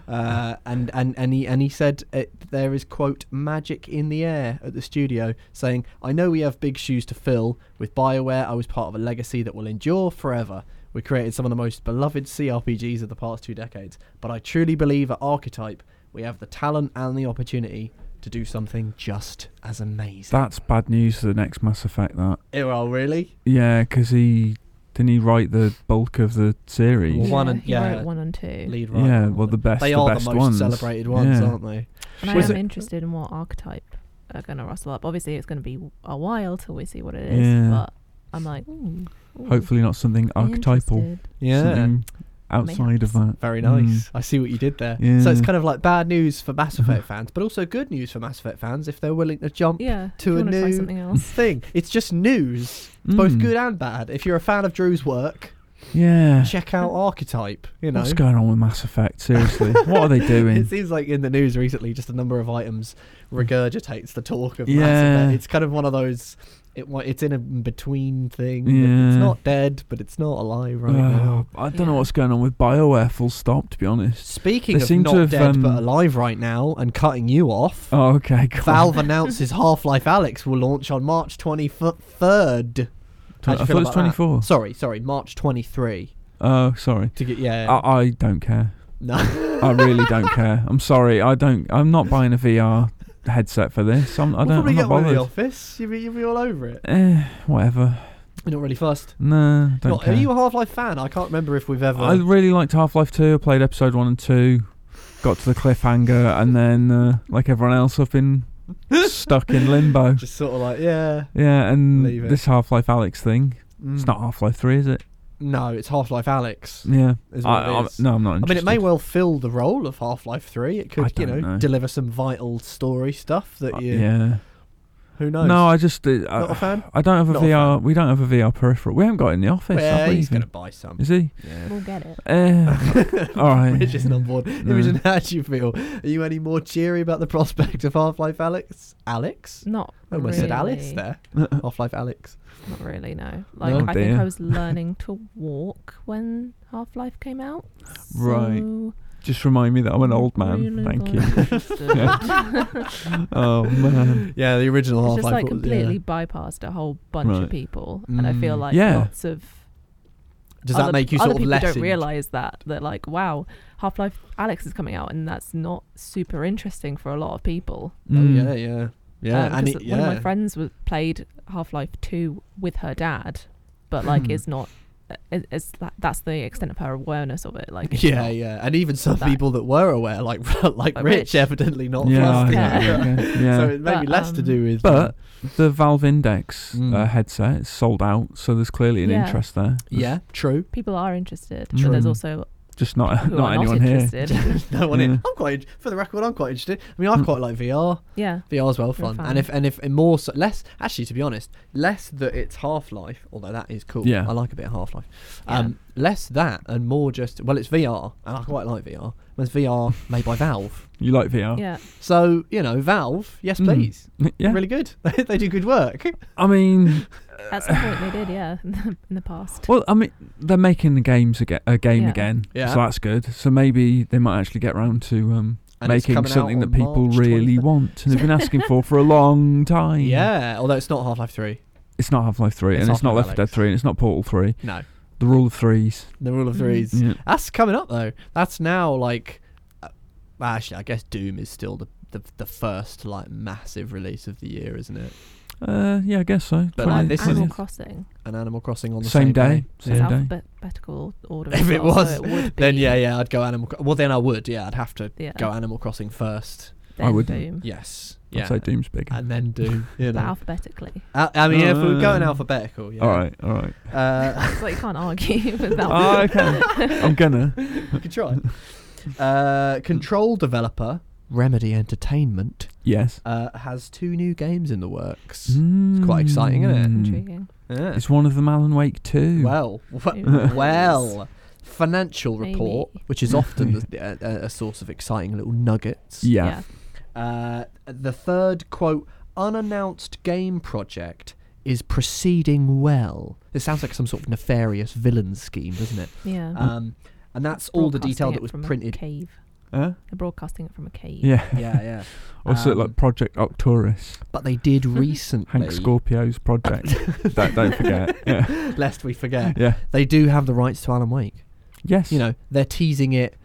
B: Uh, and, and, and he and he said it, there is quote magic in the air at the studio, saying, "I know we have big shoes to fill. With Bioware, I was part of a legacy that will endure forever. We created some of the most beloved CRPGs of the past two decades, but I truly believe at Archetype we have the talent and the opportunity to do something just as amazing."
C: That's bad news for the next Mass Effect. That
B: Eh, well, really?
C: yeah, because he didn't he write the bulk of the series.
B: Well, one and-
D: he
B: yeah.
D: wrote one and two.
B: Lead writer
C: yeah,
B: on
C: well,
B: the-
C: the best,
B: they
C: the
B: are
C: best
B: the most
C: ones.
B: celebrated ones,
C: Yeah.
B: aren't they?
D: And I
B: Was
D: am
B: it-
D: interested in what archetype are going to rustle up. Obviously, it's going to be a while till we see what it is,
C: Yeah.
D: but I'm like, ooh, ooh,
C: Hopefully, not something
D: I'm
C: archetypal.
D: interested.
C: something outside of that.
B: Very
C: Mm.
B: nice. I see what you did there. So it's
C: Yeah.
B: kind of like bad news for Mass Effect fans, but also good news for Mass Effect fans if they're willing to jump
D: Yeah, if
B: to
D: you
B: a
D: wanna try
B: new
D: something else.
B: thing. It's just news, both
C: Mm.
B: good and bad. If you're a fan of Drew's work,
C: Yeah.
B: check out Archetype. You know,
C: What's going on with Mass Effect? Seriously, what are they
B: it
C: doing?
B: seems like in the news recently, just a number of items regurgitates the talk of Mass
C: Yeah.
B: Effect. It's kind of one of those. It wa- it's in a between thing. It's
C: Yeah.
B: not dead, but it's not alive right now.
C: Ugh, I don't know
D: Yeah.
C: what's going on with Bioware. Full stop. To be honest.
B: Speaking
C: They
B: of
C: seem to
B: not
C: have,
B: dead but
C: um,
B: alive right now and cutting you off,
C: Oh, okay. Cool.
B: Valve announces Half-Life Alex will launch on March 23rd.
C: Tw- I
B: How'd you
C: thought it
B: feel
C: was
B: about that?
C: 24.
B: Sorry, sorry, March 23.
C: Oh, sorry.
B: To get yeah,
C: I, I don't care.
B: no.
C: Ah. I really don't care. I'm sorry. I don't. I'm not buying a VR headset for this. I'm, I
B: we'll
C: don't.
B: probably
C: I'm
B: get
C: not
B: one in the
C: bothered.
B: office. You'll be, you'll be all over it.
C: Eh, whatever.
B: You're not really fussed.
C: Nah, don't
B: Not-
C: care.
B: are you a Half-Life fan? I can't remember if we've ever.
C: I really liked Half Life 2. I played episode 1 and 2, got to the cliffhanger, and then, uh, like everyone else, I've been stuck in limbo.
B: just sort of like yeah.
C: Yeah,
B: Leave it.
C: and this Half Life Alex thing. It's
B: Mm.
C: not Half Life 3, is it?
B: No, it's Half-Life Alex.
C: Yeah.
B: Is
C: Mm. I,
B: what it
C: I'm-
B: is.
C: no, I'm not
B: I mean, it
C: interested.
B: may well fill the role of Half-Life Three. It could, you know,
C: don't know.
B: deliver some vital story stuff that
C: Uh,
B: you.
C: yeah.
B: Who knows?
C: No, I just. Uh,
B: not a
C: I,
B: fan.
C: I don't have a
B: Not a
C: VR. we don't have a VR peripheral. We haven't got it in the office.
B: Yeah,
C: have we
B: he's
C: even?
B: gonna buy some.
C: Is he?
D: We'll get it.
C: Eh. all right.
B: Rich isn't on board.
C: No.
B: Imogen, how do you feel? Are you any more cheery about the prospect of Half Life Alex? Alex?
D: Not
B: I almost
D: really.
B: said Alice there. Half Life Alex.
D: Not really, no. Like
C: Oh
D: I think
C: dear.
D: I was learning to walk when Half Life came out.
C: Right.
D: so
C: Just remind me that I'm an old man.
D: really
C: Thank
D: not
C: you.
D: interested.
C: Oh man.
B: Yeah, the original
D: It's
B: Half
D: just
B: Life.
D: like completely bypassed a whole bunch
C: Right.
D: of people, and I feel
B: Mm.
D: like
C: Yeah.
D: lots of
B: Does
D: other-
B: that make you
D: other
B: sort of
D: people
B: less?
D: don't realize that they're like, wow, Half Life Alex is coming out, and that's not super interesting for a lot of people.
B: Oh
C: Mm.
B: yeah, yeah, yeah.
D: Um,
B: and
D: 'cause
B: it,
D: one of
B: yeah.
D: my friends was, played Half Life Two with her dad, but
B: Hmm.
D: like it's not. uh, it- It's that, that's the extent of her awareness of it. Like it's
B: Yeah,
D: not-
B: yeah, and even some
D: that-
B: people that were aware, like like
D: Like
B: Rich,
D: Rich.
B: evidently not.
C: Yeah.
B: fussed.
C: I
D: Yeah.
C: know, okay, yeah.
B: So it may be
D: But,
B: less to
D: um,
B: do with.
C: But the Valve Index
B: Mm.
C: uh, headset is sold out, so there's clearly an
D: Yeah.
C: interest there. There's
B: yeah, true.
D: people are interested,
C: True.
D: but there's also
C: just not
D: who
C: not
D: are not
C: anyone here.
D: interested.
B: no one in.
C: Yeah.
B: I'm quite for the record. I'm quite interested. I mean, I
C: Mm.
B: quite like VR.
D: yeah,
B: VR's well
D: Very
B: fun,
D: fun.
B: and if and if and more so, less actually to be honest, less that it's Half Life, although that is cool.
C: Yeah.
B: I like a bit of Half Life.
D: Yeah.
B: Um, less that and more just well, it's VR, and I quite like VR. But It's VR made by Valve,
C: You like
B: Oh.
C: VR?
D: yeah.
B: so you know Valve, yes
C: Mm.
B: please,
C: Yeah.
B: really good. they do good work.
C: I mean,
D: At some point they did, yeah, in the, in the past.
C: well, I mean, they're making the games again, a game
D: Yeah.
C: again,
B: Yeah.
C: so that's good. So maybe they might actually get round to um,
B: And it's
C: making
B: coming out
C: something that
B: on
C: people
B: March
C: really
B: 23rd.
C: want and have been asking for for a long time.
B: Yeah, although it's not Half Life Three.
C: It's not Half Life Three,
B: It's
C: and it's not
B: Half-Life
C: Left 4 Dead
B: Alex.
C: Three, and it's not Portal Three.
B: No,
C: The rule of threes.
B: the Rule of
D: Mhm.
B: Threes.
C: Yeah.
B: That's coming up though. That's now like, uh, well, actually, I guess Doom is still the, the the first like massive release of the year, isn't it?
C: Uh, yeah, I guess so.
B: But, like,
C: Twenty-
B: this is-
D: Um, Animal
C: twentieth.
D: Crossing.
B: And Animal Crossing on the
C: Same
B: same,
C: day. Same
D: It's
C: day.
D: alphabetical order.
B: If
D: as
B: it
D: well, so
B: was,
D: would
B: Then
D: be-
B: yeah, yeah, I'd go Animal. Cro- well, then I would. Yeah, I'd have to
D: yeah.
B: go Animal Crossing first.
C: I
D: then
C: wouldn't.
D: Boom.
B: Yes.
C: I'd
B: Yeah.
C: say Doom's big.
B: And then Doom. You
D: But
B: know.
D: alphabetically,
B: I, I mean, if we were going
C: Uh,
B: alphabetical. Yeah.
C: All right, all right.
B: Uh,
D: so you can't argue with that.
C: Oh, okay. I'm gonna.
B: you could try. Uh, control developer Remedy Entertainment
C: Yes.
B: uh, has two new games in the works.
C: Mm-hmm.
B: It's quite exciting, isn't it?
C: Mm.
D: Intriguing.
B: Yeah.
C: It's one of them Alan Wake too.
B: Well, w-
D: Mm. Who
B: well, financial report,
D: Maybe.
B: which is often the, a, a- a source of exciting little nuggets,
C: yeah.
B: Uh, the third quote unannounced game project is proceeding well. It sounds like some sort of nefarious villain scheme, doesn't it?
D: Yeah.
B: Um, and that's all the detail
D: Mm-hmm.
B: that
D: Broadcasting it
B: was
D: from a
B: printed.
D: cave.
C: Huh?
D: They're broadcasting it from a cave.
C: Yeah.
B: Yeah, yeah.
C: Also,
B: Um,
C: like Project Arcturus,
B: But they did
C: Hank
B: recently.
C: Scorpio's project. Don't- don't forget, yeah.
B: Lest we forget.
C: yeah.
B: They do have the rights to Alan Wake.
C: Yes.
B: You know, they're teasing it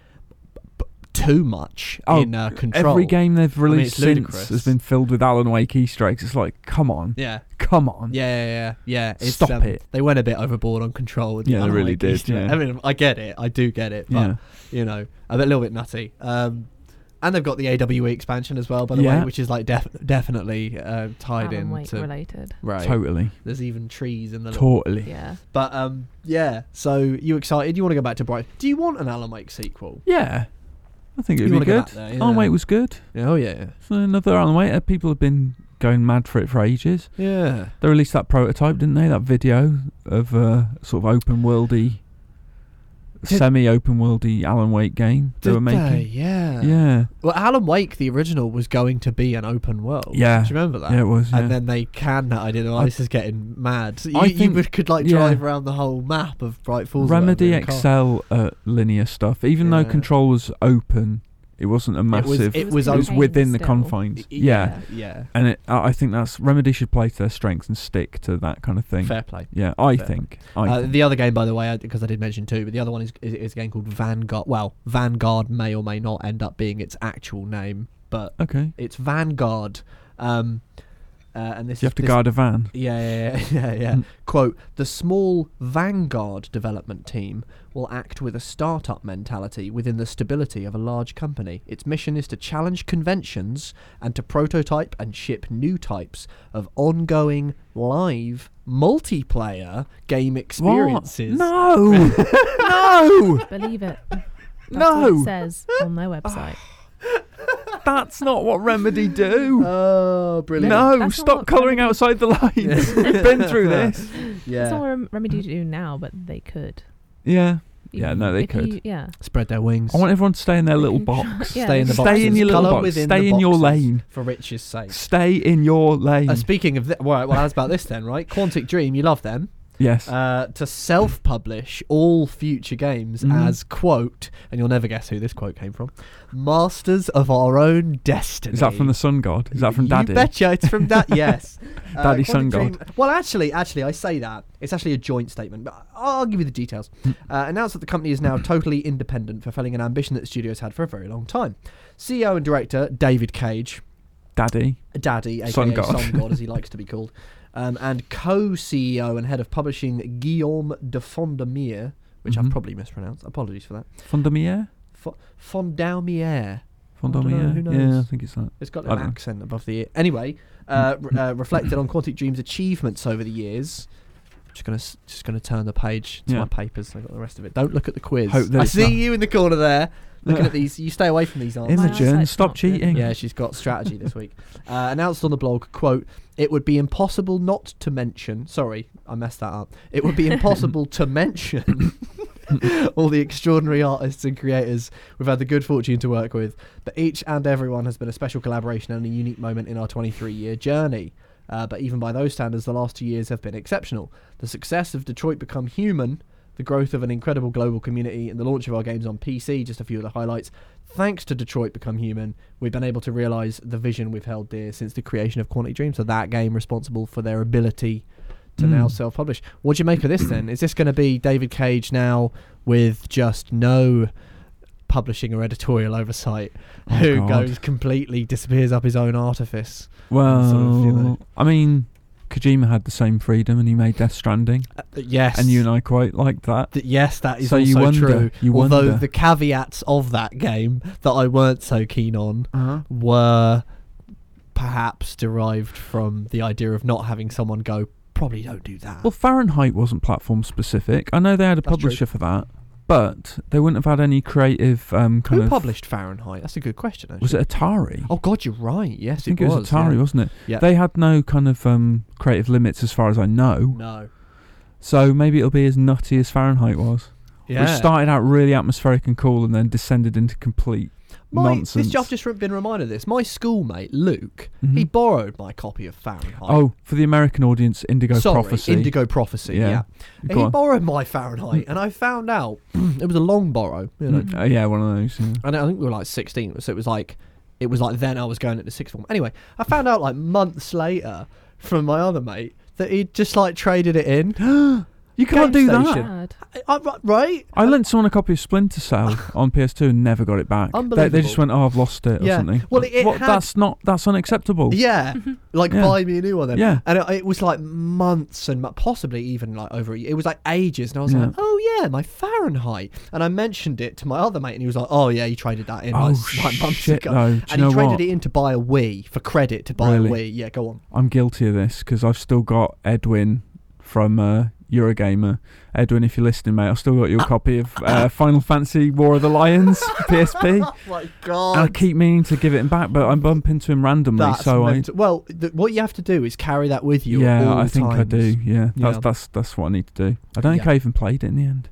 B: b- b- too much
C: Oh,
B: in uh, control.
C: Every game they've
B: mean,
C: released
B: it's ludicrous.
C: since has been filled with Alan Wake Easter eggs. It's like, come on,
B: Yeah.
C: come on.
B: Yeah, yeah, yeah, yeah. It's,
C: Stop
B: um,
C: it.
B: They went a bit overboard on control. With the
C: Yeah, they
B: Alan
C: really
B: Wake
C: did,
B: Easter egg.
C: yeah.
B: I mean, I get it. I do get it. But
C: Yeah.
B: you know, a bit- little bit nutty. Um, and they've got the AWE expansion as well, by the
C: Yeah.
B: way, which is like def- definitely uh, tied
D: Alan
B: in
D: Wake
B: to
D: related.
B: right.
C: Totally,
B: There's even trees in the. Little-
C: totally.
D: Yeah.
B: but um, yeah. So you excited? You want to go back to Bright? Do you want an Alan Wake sequel?
C: Yeah, I think
B: You
C: it'd be
B: wanna go
C: good.
B: back there, yeah.
C: Alan Wake was good.
B: Oh yeah,
C: So Another Alan Wake. uh, People have been going mad for it for ages.
B: yeah.
C: They released that prototype, didn't they? That video of uh, sort of open worldy,
B: Did-
C: semi open worldy Alan Wake game they
B: Did
C: were
B: they?
C: making.
B: Yeah.
C: Yeah,
B: Well, Alan Wake, the original, was going to be an open world.
C: Yeah.
B: Do you remember that?
C: yeah, it was. Yeah.
B: Uh, and then they can that idea. Well,
C: I-
B: this is getting mad. So you,
C: I
B: you
C: think-
B: would- could like
C: yeah.
B: drive around the whole map of Bright Falls. or
C: Remedy
B: whatever in a car.
C: excel at linear stuff, even
B: Yeah.
C: though Control was open. It wasn't a
B: was-
C: massive.
B: It was
C: it was
B: contained
C: within the
D: still.
C: confines.
B: Y-
C: Yeah.
B: yeah,
C: And it, I I think that's Remedy should play to their strengths and stick to that kind of
B: yeah.
C: thing.
B: Fair play.
C: Yeah, I
B: Fair.
C: think. I
B: Uh,
C: think.
B: the other game, by the way, because I did mention two, but the other one is, is is a game called Vanguard. Well, Vanguard may or may not end up being its actual name, but
C: okay.
B: it's Vanguard. Um, uh, and this
C: You have to
B: this-
C: guard a van.
B: Yeah, yeah, yeah, yeah. yeah.
C: Mm.
B: Quote: The small Vanguard development team will act with a startup mentality within the stability of a large company. Its mission is to challenge conventions and to prototype and ship new types of ongoing live multiplayer game experiences.
C: No! no!
D: Believe it. That's What
C: No!
D: it says on
B: Ah.
D: their website.
C: That's not what Remedy do!
B: Oh, brilliant!
C: no!
D: That's not
C: stop
D: what
C: colouring outside the lines! We've been through this!
D: It's not
B: Yeah,
D: what Rem- Remedy do now, but they could.
C: Yeah.
D: You-
C: Yeah, no, they
D: if
C: could.
D: you- yeah.
B: spread their wings.
C: I want everyone to stay in their little box.
D: Yeah.
B: stay in the
C: Stay
B: boxes.
C: in your little
B: Colour
C: box.
B: within
C: Stay
B: the
C: in your
B: boxes
C: lane.
B: for Rich's sake.
C: Stay in your lane.
B: Uh, speaking of, th- well, well, how's about this then, right? Quantic Dream, you love them.
C: yes.
B: Uh, to self publish all future games
C: Mhm.
B: as, quote, and you'll never guess who this quote came from, Masters of Our Own Destiny.
C: Is that from the Sun God? Is that from
B: You
C: Daddy?
B: betcha, it's from that, yes. Uh,
C: Daddy
B: Quantic
C: Sun
B: Dream-
C: God.
B: Well, actually, actually, I say that. It's actually a joint statement, but I- I'll give you the details.
C: Hmm.
B: Uh, announced that the company is now totally independent, fulfilling an ambition that the studios had for a very long time. CEO and director, David Cage,
C: Daddy.
B: Daddy, aka
C: Sun
B: Sun
C: God.
B: God, as he likes to be called, um, and co-CEO and head of publishing Guillaume de Fondamier, which
C: Mhm.
B: I've probably mispronounced. Apologies for that.
C: Fondamier?
B: Fo- Fondamier. don't know,
C: Fondamier?
B: who
C: Yeah, I
B: knows?
C: think it's that.
B: It's got
C: I Mm.
B: an
C: dunno.
B: accent above the ear. Anyway, uh, re- uh, reflected on Quantic Dream's achievements over the years. Just gonna s- just gonna turn the page to
C: Yeah.
B: my papers. so I got the rest of it. Don't look at the quiz.
C: Hope that
B: I
C: it's
B: see
C: not-
B: you in the corner there, looking at these. You stay away from these answers.
C: In the
D: My
C: gym,
D: eyesight's
C: stop
D: not good.
C: cheating.
B: Yeah, she's got strategy this week. Uh, announced on the blog, quote, it would be impossible not to mention, sorry, I messed that up. It would be impossible to mention all the extraordinary artists and creators we've had the good fortune to work with, but each and everyone has been a special collaboration and a unique moment in our 23 year journey. Uh, but even by those standards, the last two years have been exceptional. The success of Detroit Become Human, the growth of an incredible global community, and the launch of our games on PC, just a few of the highlights. Thanks to Detroit Become Human, we've been able to realize the vision we've held dear since the creation of Quantic Dream. So that game responsible for their ability to now
C: Mm.
B: self-publish. What do you make of this then? Is this going to be David Cage now with just no publishing or editorial oversight,
C: Oh,
B: who
C: God.
B: goes completely disappears up his own artifice?
C: Well,
B: sort of, you know.
C: I mean, Kojima had the same freedom, and he made Death Stranding,
B: Uh, yes,
C: and you and I quite liked that.
B: Th- yes, that is
C: So
B: also
C: you wonder-
B: true.
C: you
B: Although
C: wonder.
B: the caveats of that game that I weren't so keen on were perhaps derived from the idea of not having someone go, probably don't do that.
C: Well, Fahrenheit wasn't platform specific. I know they had a
B: That's true.
C: publisher for that, but they wouldn't have had any creative um, kind
B: Who
C: of.
B: published Fahrenheit? That's a good question. Actually.
C: Was it Atari?
B: Oh God, you're right. Yes,
C: I think it was, Atari,
B: yeah.
C: wasn't it?
B: Yeah.
C: They had no kind of um, creative limits, as far as I know.
B: No.
C: So maybe it'll be as nutty as Fahrenheit was,
B: Yeah.
C: which started out really atmospheric and cool, and then descended into complete
B: My,
C: nonsense.
B: This, I've just re- been reminded of this. My schoolmate, Luke,
C: Mhm.
B: he borrowed my copy of Fahrenheit.
C: oh, for the American audience, Indigo
B: Sorry,
C: Prophecy.
B: Indigo Prophecy,
C: Yeah.
B: yeah. Mm.
C: Go
B: And he
C: on.
B: borrowed my Fahrenheit, and I found out it was a long borrow, you know.
C: Mm, uh, yeah, one of those. yeah.
B: And I think we were like 16, so it was like, it was like then I was going into sixth form. Anyway, I found out like months later from my other mate that he'd just like traded it in.
C: You can't
B: Game
C: do that.
B: Station.
D: Bad.
B: I- I- right?
C: I lent someone a copy of Splinter Cell on PS2 and never got it back. They, they just
B: Unbelievable.
C: went, "Oh, I've lost it" or
B: Yeah.
C: something.
B: Well, it- it
C: What-
B: had-
C: that's not that's unacceptable.
B: Yeah, like
C: Yeah.
B: buy me a new one then.
C: Yeah.
B: and it, it was like months and mo- possibly even like over. a year. It was like ages, and I was
C: Yeah.
B: like, "Oh yeah, my Fahrenheit." And I mentioned it to my other mate, and he was like, "Oh yeah, you traded that in
C: Oh,
B: like, s- like months
C: shit,
B: ago."
C: though. Do you
B: and he
C: know
B: traded
C: what?
B: it in to buy a Wii for credit to buy
C: Really?
B: a Wii. Yeah, go on.
C: I'm guilty of this because I've still got Edwin from uh, Eurogamer. Edwin, if you're listening, mate, I've still got your copy of uh, Final Fantasy War of the Lions PSP.
B: Oh my
C: And I
B: god.
C: keep meaning to give it him back, but I bump into him randomly.
B: That's
C: so I,
B: mental. well, th- what you have to do is carry that with you. at
C: yeah,
B: all
C: I think I
B: times.
C: do. Yeah, that's
B: Yeah.
C: that's that's what I need to do. I don't think
B: Yeah.
C: I even played it in the end,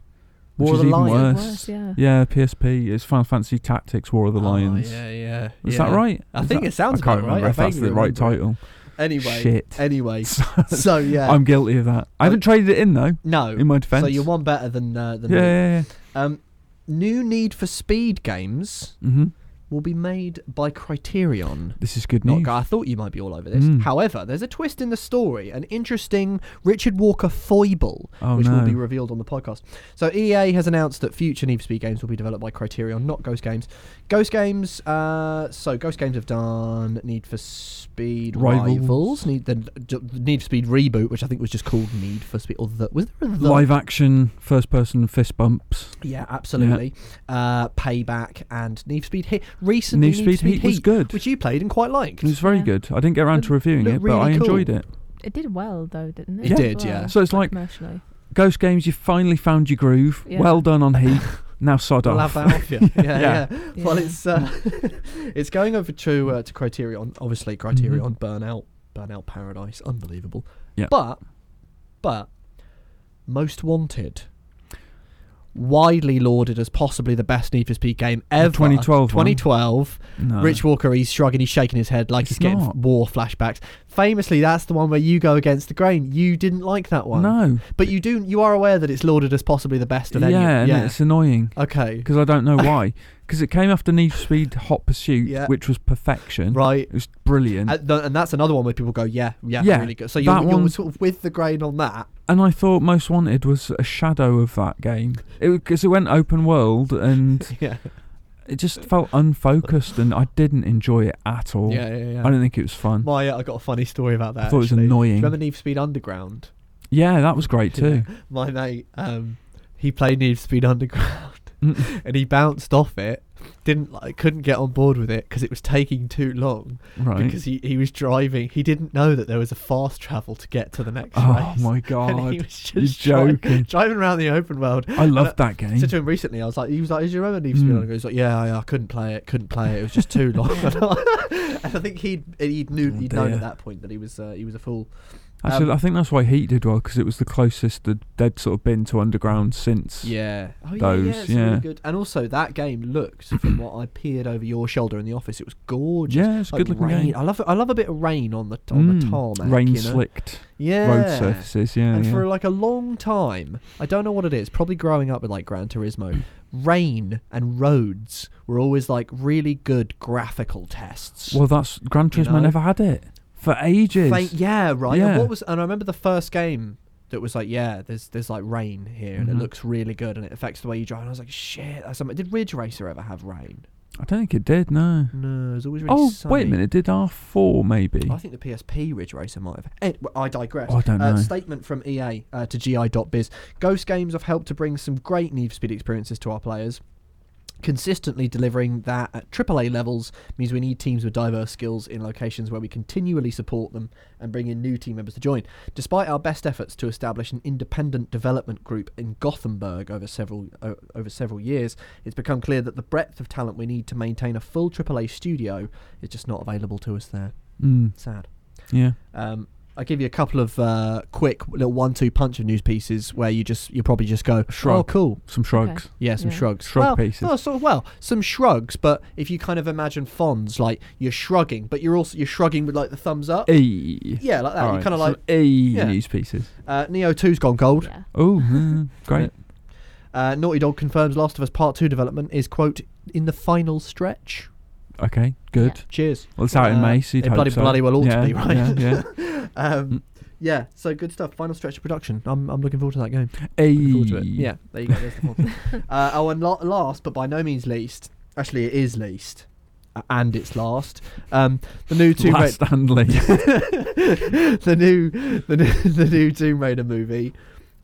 C: which
B: War
C: is
B: of the
C: even
B: Lions.
C: worse.
D: Worse, yeah.
C: Yeah, PSP. It's Final Fantasy Tactics War of the
B: Oh,
C: Lions.
B: yeah, yeah.
C: Is
B: yeah.
C: that right?
B: I
C: Is
B: think
C: that-
B: it sounds
C: I can't
B: about
C: remember
B: right.
C: if
B: I
C: that's the
B: vaguely
C: right
B: remember it.
C: title.
B: Anyway,
C: Shit.
B: anyway.
C: So-
B: So yeah,
C: I'm guilty of that. I haven't traded it in though.
B: no.
C: In my defence.
B: So you're one better than uh, than
C: Yeah,
B: me.
C: yeah,
B: Um, new Need for Speed games
C: yeah. hmm
B: will be made by Criterion.
C: This is good
B: Not,
C: news.
B: Ga- I thought you might be all over this.
C: Mm.
B: However, there's a twist in the story, an interesting Richard Walker foible,
C: Oh,
B: which
C: no.
B: will be revealed on the podcast. So EA has announced that future Need for Speed games will be developed by Criterion, not Ghost Games. Ghost Games, uh, so Ghost Games have done Need for Speed
C: Rivals.
B: Rivals, Need the d- Need for Speed reboot, which I think was just called Need for Speed. Or the, was there a the?
C: Live action, first person fist bumps.
B: Yeah, absolutely. Uh, Payback and Need for Speed Heat. Recently,
C: Need for Speed Heat was good.
B: which you played and quite liked.
C: It was very
D: Yeah.
C: good. I didn't get around to reviewing it,
B: looked
C: but
B: really
C: I
B: cool.
C: enjoyed it.
D: It did well though, didn't it?
B: It
D: as
B: did,
D: well,
B: yeah.
C: So it's like
D: commercially.
C: Ghost Games. You finally found your groove.
D: Yeah.
C: Well done on Heat. now sod
B: I'll
C: off.
B: have that off you. Yeah,
C: Yeah.
B: yeah. Well,
D: Yeah.
B: it's uh, it's going over to uh, to Criterion. Obviously,
C: Mm-hmm.
B: Criterion Burnout, Burnout Paradise, unbelievable.
C: Yeah.
B: But but Most Wanted, widely lauded as possibly the best Need for Speed game ever.
C: 2012 one.
B: 2012.
C: No.
B: Rich Walker, he's shrugging, he's shaking his head like
C: It's
B: he's getting
C: not.
B: war flashbacks. Famously, that's the one where you go against the grain. You didn't like that one,
C: No.
B: but you do. You are aware that it's lauded as possibly the best of
C: yeah,
B: any.
C: and it's annoying
B: okay,
C: because I don't know why. Because it came after Need for Speed Hot Pursuit,
B: Yeah.
C: which was perfection.
B: right.
C: It was brilliant.
B: And, th- and that's another one where people go, yeah, yeah,
C: Yeah,
B: really good. So you're,
C: that
B: you're
C: one-
B: sort of with the grain on that.
C: and I thought Most Wanted was a shadow of that game. Because it, went open world and
B: Yeah,
C: it just felt unfocused and I didn't enjoy it at all.
B: yeah, yeah. yeah.
C: I don't think it was fun.
B: My, uh, I got a funny story about that.
C: I thought it was
B: actually.
C: annoying.
B: Do you remember Need for Speed Underground?
C: Yeah, that was great too.
B: Yeah. My mate, um, he played Need for Speed Underground,
C: Mm.
B: and he bounced off it. Didn't like, couldn't get on board with it because it was taking too long.
C: Right.
B: Because he, he was driving, he didn't know that there was a fast travel to get to the next
C: oh
B: race.
C: my
B: And he
C: god.
B: was
C: You're
B: just uh, dri-
C: joking.
B: driving around the open world.
C: I loved that
B: I
C: game.
B: said to him recently, I was like, he was like, "Did you remember Need for Speed?"
C: Mm.
B: Underground?" He was like, "Yeah, I, I couldn't play it, couldn't play it. It was just too long." and I think he'd he'd knew
C: Oh
B: he'd known
C: dear.
B: at that point that he was uh, he was a fool. um,
C: Actually, I think that's why Heat did well because it was the closest that they'd sort of been to Underground since.
B: Yeah. Oh, yeah,
C: Those,
B: yeah, it's really
C: yeah.
B: good. And also, that game looked, from what I peered over your shoulder in the office, it was gorgeous.
C: Yeah, it's a
B: Like
C: good looking
B: rain.
C: game.
B: I love, I love a bit of rain on the on the
C: Mm,
B: tarmac.
C: rain
B: you know?
C: slicked
B: Yeah.
C: road surfaces. Yeah,
B: And
C: yeah.
B: for like a long time, I don't know what it is. Probably growing up with like Gran Turismo, rain and roads were always like really good graphical tests.
C: well, that's Gran Turismo
B: you know?
C: never had it for ages.
B: Fa- yeah, right.
C: Yeah.
B: And what was? And I remember the first game that was like, yeah, there's there's like rain here, and
C: Mhm.
B: it looks really good, and it affects the way you drive. And I was like, shit, that's something. Did Ridge Racer ever have rain?
C: I don't think it did. No.
B: No, it was always really.
C: Oh wait a
B: sunny.
C: minute! It did R four maybe?
B: I think the PSP Ridge Racer might have. Eh, well, I digress.
C: Oh, I don't
B: uh,
C: know.
B: Statement from EA uh, to GI.biz. Ghost games have helped to bring some great Need for Speed experiences to our players. Consistently delivering that at AAA levels means we need teams with diverse skills in locations where we continually support them and bring in new team members to join. Despite our best efforts to establish an independent development group in Gothenburg over several o over several years, it's become clear that the breadth of talent we need to maintain a full AAA studio is just not available to us there.
C: Mm,
B: Sad.
C: yeah.
B: Um, I give you a couple of uh, quick little one-two punch of news pieces where you just you probably just go, oh,
C: Shrug.
B: cool,
C: Some shrugs.
B: yeah, some
D: Yeah.
B: shrugs,
C: Shrug
B: well,
C: pieces.
B: Oh, sort of, well, some shrugs, but if you kind of imagine Fonz, like you're shrugging, but you're also you're shrugging with like the thumbs up,
C: E.
B: yeah, like that.
C: All
B: You're
C: right,
B: kind of
C: some
B: like
C: E
B: yeah.
C: news pieces.
B: uh, Neo 2's gone gold.
D: Yeah.
C: Oh, yeah, great.
B: Uh, Naughty Dog confirms Last of Us Part Two development is quote in the final stretch.
C: Okay, good.
B: Cheers.
C: Well, it's out
B: Uh,
C: in May, so you'd
B: it
C: hope
B: bloody-
C: so.
B: bloody well ought to
C: yeah,
B: be, right?
C: Yeah, yeah.
B: Um, yeah, so good stuff. Final stretch of production. I'm, I'm looking forward to that game. Looking forward to it.
C: Ayy.
B: Yeah, there you go. There's the fun. uh, oh, and la- last, but by no means least, actually, it is least, uh, and it's last. Um, the new Tomb Raider,
C: Last and least.
B: the new, the new, the new Tomb Raider movie,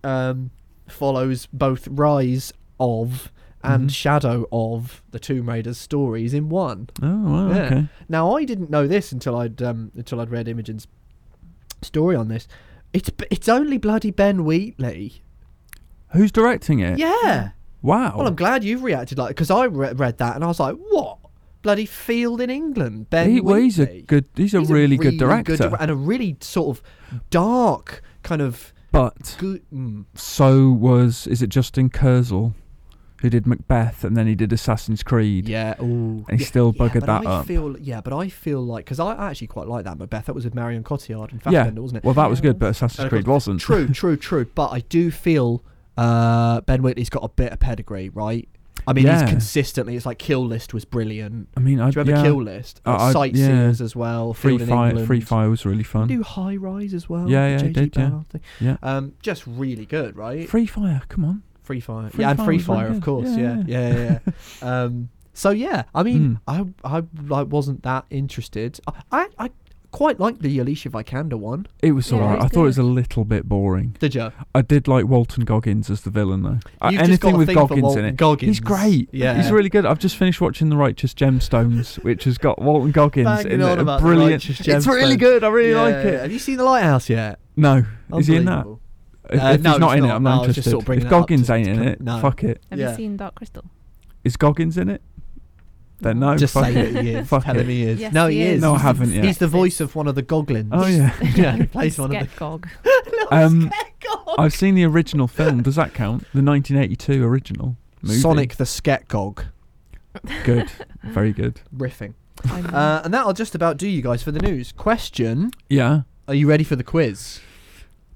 B: um, follows both Rise of and
C: Mhm.
B: Shadow of the Tomb Raider's stories in one.
C: Oh, wow,
B: Yeah.
C: okay.
B: Now I didn't know this until I'd um, until I'd read Imogen's story on this. It's b- it's only bloody Ben Wheatley.
C: Who's directing it?
B: Yeah.
C: Wow.
B: Well, I'm glad you've reacted like because I re- read that and I was like, what bloody field in England, Ben?
C: He- well, he's a
B: Wheatley.
C: good. He's a
B: He's
C: really, good director,
B: dir- and a really sort of dark kind of.
C: but
B: Good, mm,
C: so was is it Justin Kurzel, who did Macbeth and then he did Assassin's Creed.
B: yeah, ooh.
C: And he
B: Yeah,
C: still
B: yeah,
C: buggered
B: but
C: that
B: I
C: up.
B: Feel, yeah, but I feel like because I I actually quite like that Macbeth. That was with Marion Cotillard and
C: Yeah.
B: Fassbender, wasn't it?
C: Well, that was good, but
B: And
C: Assassin's
B: of
C: Creed wasn't.
B: True, true, true. But I do feel uh, Ben Whitley's got a bit of pedigree, right? I mean,
C: Yeah.
B: he's consistently. It's like Kill List was brillight.
C: I mean, I
B: Do you remember
C: yeah,
B: Kill List?
C: I- I-
B: Sightseers as well.
C: Free
B: Field in
C: Fire.
B: England.
C: Free Fire was really
B: Did he
C: fun.
B: Do High Rise as well.
C: Yeah, yeah,
B: the
C: he
B: J.G.
C: did, yeah.
B: Ballard thing.
C: Yeah.
B: Um, just really good, right?
C: Free Fire. Come on.
B: Free Fire.
C: Free
B: yeah, and
C: Fire
B: Free
C: was really
B: Fire, of
C: good.
B: course. Yeah,
C: Yeah, Hmm.
B: yeah, yeah. yeah. um, so yeah, I mean, I I like wasn't that interested. I I, I quite liked the Alicia Vikander one.
C: It was
D: Yeah, it
C: alright.
D: was
C: I thought it was a
D: good.
C: little bit boring.
B: Did you?
C: I did like Walton Goggins as the villain though. Uh,
B: You've just got
C: anything
B: a
C: with
B: thing for
C: Goggins
B: Walton
C: in it.
B: Goggins.
C: He's great.
B: Yeah,
C: He's really good. I've just finished watching The Righteous Gemstones, which has got Walton Goggins
B: Banging
C: in
B: on
C: it.
B: about The
C: Brilliant.
B: Righteous
C: it's really
B: Gemstones.
C: good. I really
B: Yeah,
C: like
B: yeah, yeah.
C: it.
B: Have you seen the Lighthouse yet?
C: No. Is he in that?
B: Unbelievable.
C: If,
B: Uh,
C: if
B: no,
C: he's not
B: he's
C: in it,
B: not.
C: I'm
B: No, I
C: not
B: was just
C: interested.
B: sort of bringing
C: if
B: that up
C: Goggins
B: to-
C: ain't
B: to
C: in
B: come-
C: it,
B: no.
C: fuck it.
D: Have
B: Yeah.
D: you seen Dark Crystal?
C: Is Goggins in it? Then no.
B: Just
C: fuck
B: say
C: it.
B: that he is.
C: Fuck
B: Tell him
C: it.
B: he is.
D: Yes,
B: no, he,
D: he
B: is.
D: is.
C: No, I haven't yet.
B: He's the voice of one of the goblins.
C: Oh yeah.
B: yeah, he plays one of the.
D: Sket Gog.
C: Um, I've seen the original film. Does that count? The 1982 original movie.
B: Sonic the Sketgog
C: Good. Very good.
B: riffing.
D: I'm-
B: Uh, and that'll just about do you guys for the news. Question
C: Yeah.
B: Are you ready for the quiz?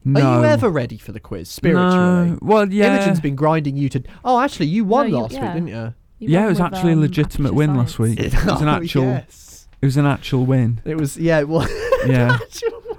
C: No.
B: Are you ever ready for the quiz spiritually?
C: No. Well, yeah.
B: Imogen's been grinding you to. Oh, actually, you won
D: No, you-
B: last
D: yeah.
B: week, didn't you?
D: you
C: yeah,
D: work
C: it was
D: with,
C: actually a
D: um,
C: legitimate
D: Aperture
C: win
D: Science.
C: last week. It was an
B: Oh,
C: actual.
B: yes.
C: It was an actual win.
B: It was yeah. Well,
C: Yeah.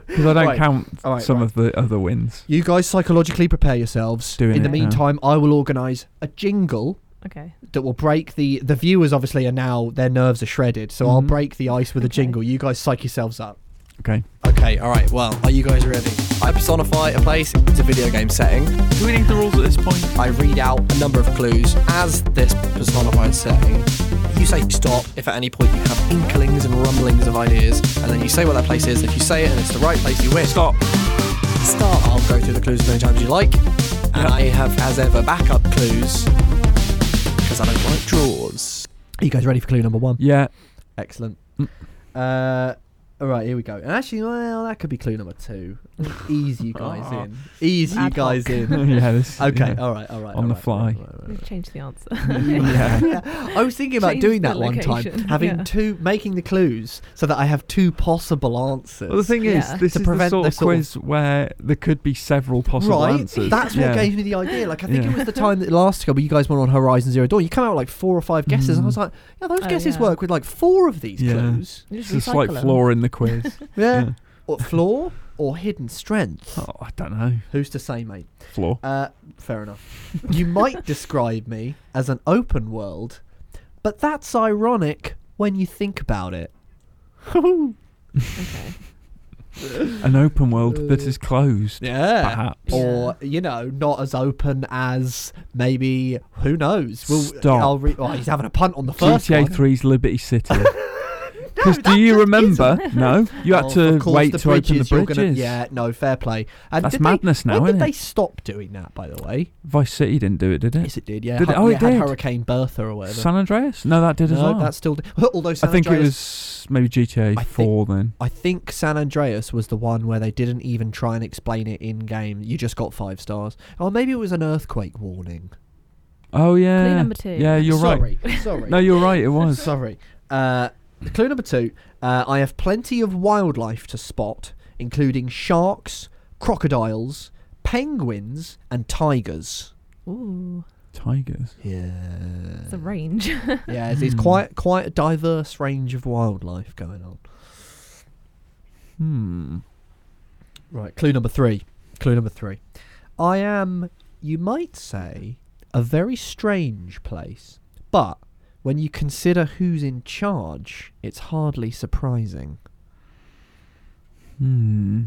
C: Because I don't
B: Right.
C: count
B: All right,
C: some
B: right.
C: of the other wins.
B: you guys psychologically prepare yourselves.
C: Doing
B: In the
C: it now.
B: meantime, I will organise a jingle
D: Okay.
B: that will break the the viewers. Obviously, are now their nerves are shredded, so I'll
C: Mhm.
B: break the ice with a
D: Okay.
B: jingle. You guys psych yourselves up.
C: Okay.
F: Okay, alright, well, are you guys ready? I personify a place, it's a video game setting.
C: Do we need the rules at this point?
F: I read out a number of clues as this personified setting. You say stop if at any point you have inklings and rumblings of ideas, and then you say what that place is. If you say it and it's the right place, you win.
C: Stop.
F: Stop. I'll go through the clues as many times as you like, and I have, as ever, backup clues because I don't like draws.
B: Are you guys ready for clue number one?
C: Yeah.
B: Excellent.
C: Mm.
B: Uh, all right, here we go. And actually, well, that could be clue number two. Ease you guys
C: Ah.
B: in. Ease you
D: Ad
B: guys
D: hoc.
B: in.
C: yeah. This.
B: Okay,
C: yeah.
B: all right, all right.
C: On
B: all
C: the
B: right,
C: fly.
B: all right, all right, all
D: We've
B: right.
D: changed the answer.
C: Yeah.
B: yeah. I was thinking about
D: Change
B: doing
D: the
B: that one time,
D: location.
B: having
D: Yeah.
B: two, making the clues so that I have two possible answers.
C: Well, the thing is,
D: Yeah.
C: this
B: To
C: is
B: prevent
C: the sort
B: the
C: of
B: sort of-
C: quiz where there could be several possible
B: right,
C: answers.
B: that's what
C: Yeah.
B: gave me the idea. Like, I think
C: Yeah.
B: it was the time that last time you guys went on Horizon Zero Dawn. You come out with like four or five guesses, and I
C: Mm.
B: was like, yeah, those
D: Oh,
B: guesses
D: yeah.
B: work with like four of these
C: Yeah.
B: clues.
D: You
C: It's
D: just
C: a slight
D: recycle 'em.
C: flaw in the quiz.
B: Yeah.
C: Yeah.
B: Or flaw or hidden strength.
C: Oh, I don't know.
B: Who's to say, mate?
C: Flaw.
B: Uh, fair enough. you might describe me as an open world, but that's ironic when you think about it.
D: Okay.
C: An open world that is closed.
B: Yeah.
C: Perhaps.
B: Or you know, not as open as maybe. Who knows? Well,
C: Stop.
B: I'll re- oh, he's having a punt on the first
C: GTA
B: one.
C: 3's Liberty City. Because do you remember? No, you had
B: Oh,
C: to
B: of course,
C: wait to open the
B: bridges, you're
C: bridges.
B: gonna- yeah, no, fair play. And
C: That's
B: did they-
C: madness now,
B: When
C: isn't
B: did
C: it?
B: they stop doing that? By the way,
C: Vice City didn't do it, did it?
B: yes, it did. Yeah,
C: Did it-
B: Hu-
C: oh,
B: yeah,
C: it
B: had
C: did.
B: Hurricane Bertha or whatever.
C: San Andreas? No, that did as
B: no,
C: well.
B: that still. Did. Although
C: I
B: San
C: think it
B: Andreas-
C: was maybe GTA
B: I think-
C: 4 then.
B: I think San Andreas was the one where they didn't even try and explain it in game. You just got five stars. Or maybe it was an earthquake warning.
C: Oh yeah.
D: number two.
C: Yeah, you're right.
B: sorry, Sorry.
C: No, you're right. It was.
B: Sorry. Uh, clue number two. Uh, I have plenty of wildlife to spot, including sharks, crocodiles, penguins, and tigers.
D: Ooh,
C: Tigers.
B: Yeah.
D: it's a range.
B: yeah, it's, it's
C: Hmm.
B: quite quite a diverse range of wildlife going on.
C: Hmm.
B: Right, clue number three. Clue number three. I am, you might say, a very strange place, but when you consider who's in charge, it's hardly surprising.
C: Hmm.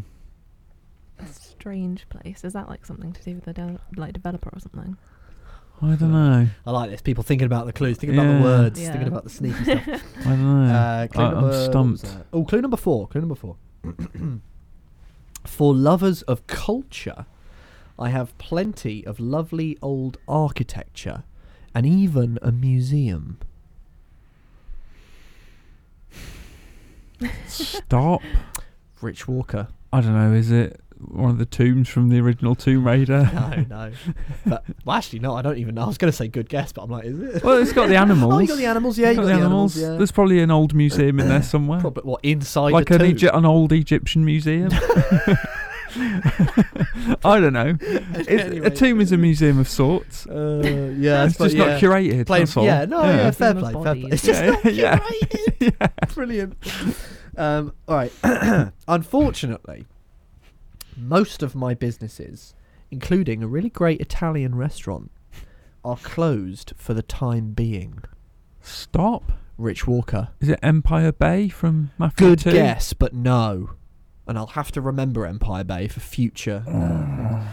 D: Strange place. Is that like something to do with the de- like developer or something?
C: I don't know.
B: I like this. People thinking about the clues, thinking about
C: Yeah.
B: the words,
D: Yeah.
B: thinking about the sneaky stuff.
C: I don't know.
B: Uh, clue
C: I-
B: number,
C: I'm
B: what was
C: stumped.
B: that? Oh, clue number four. Clue number four. For lovers of culture, I have plenty of lovely old architecture, and even a museum.
C: Stop.
B: Rich Walker.
C: I don't know. Is it one of the tombs from the original Tomb Raider?
B: No, no. But well, actually, no. I don't even know. I was going to say good guess, but I'm like, is it?
C: Well, it's got the animals.
B: Oh, you got the animals. Yeah,
C: It's
B: you got the animals. yeah.
C: There's probably an old museum in there somewhere.
B: Probably what inside
C: like
B: the
C: an, um,
B: tomb?
C: Egy- an old Egyptian museum. I don't know. It-
B: Anyway.
C: A tomb is a museum of sorts.
B: Uh, yeah, I
C: it's
B: suppose,
C: just
B: yeah.
C: not curated.
B: Plain-
C: that's all.
B: yeah, no, yeah, fair
D: Human
B: play, fair play.
D: bodies.
B: It's just
C: Yeah,
B: not
C: yeah.
B: curated.
C: Yeah.
B: Brilliant. Um, all right. Unfortunately, most of my businesses, including a really great Italian restaurant, are closed for the time being.
C: Stop.
B: Rich Walker.
C: Is it Empire Bay from Mafia
B: Good
C: 2?
B: guess, but no. And I'll have to remember Empire Bay for future.
C: Oh,
B: uh,
C: Mm.
B: things.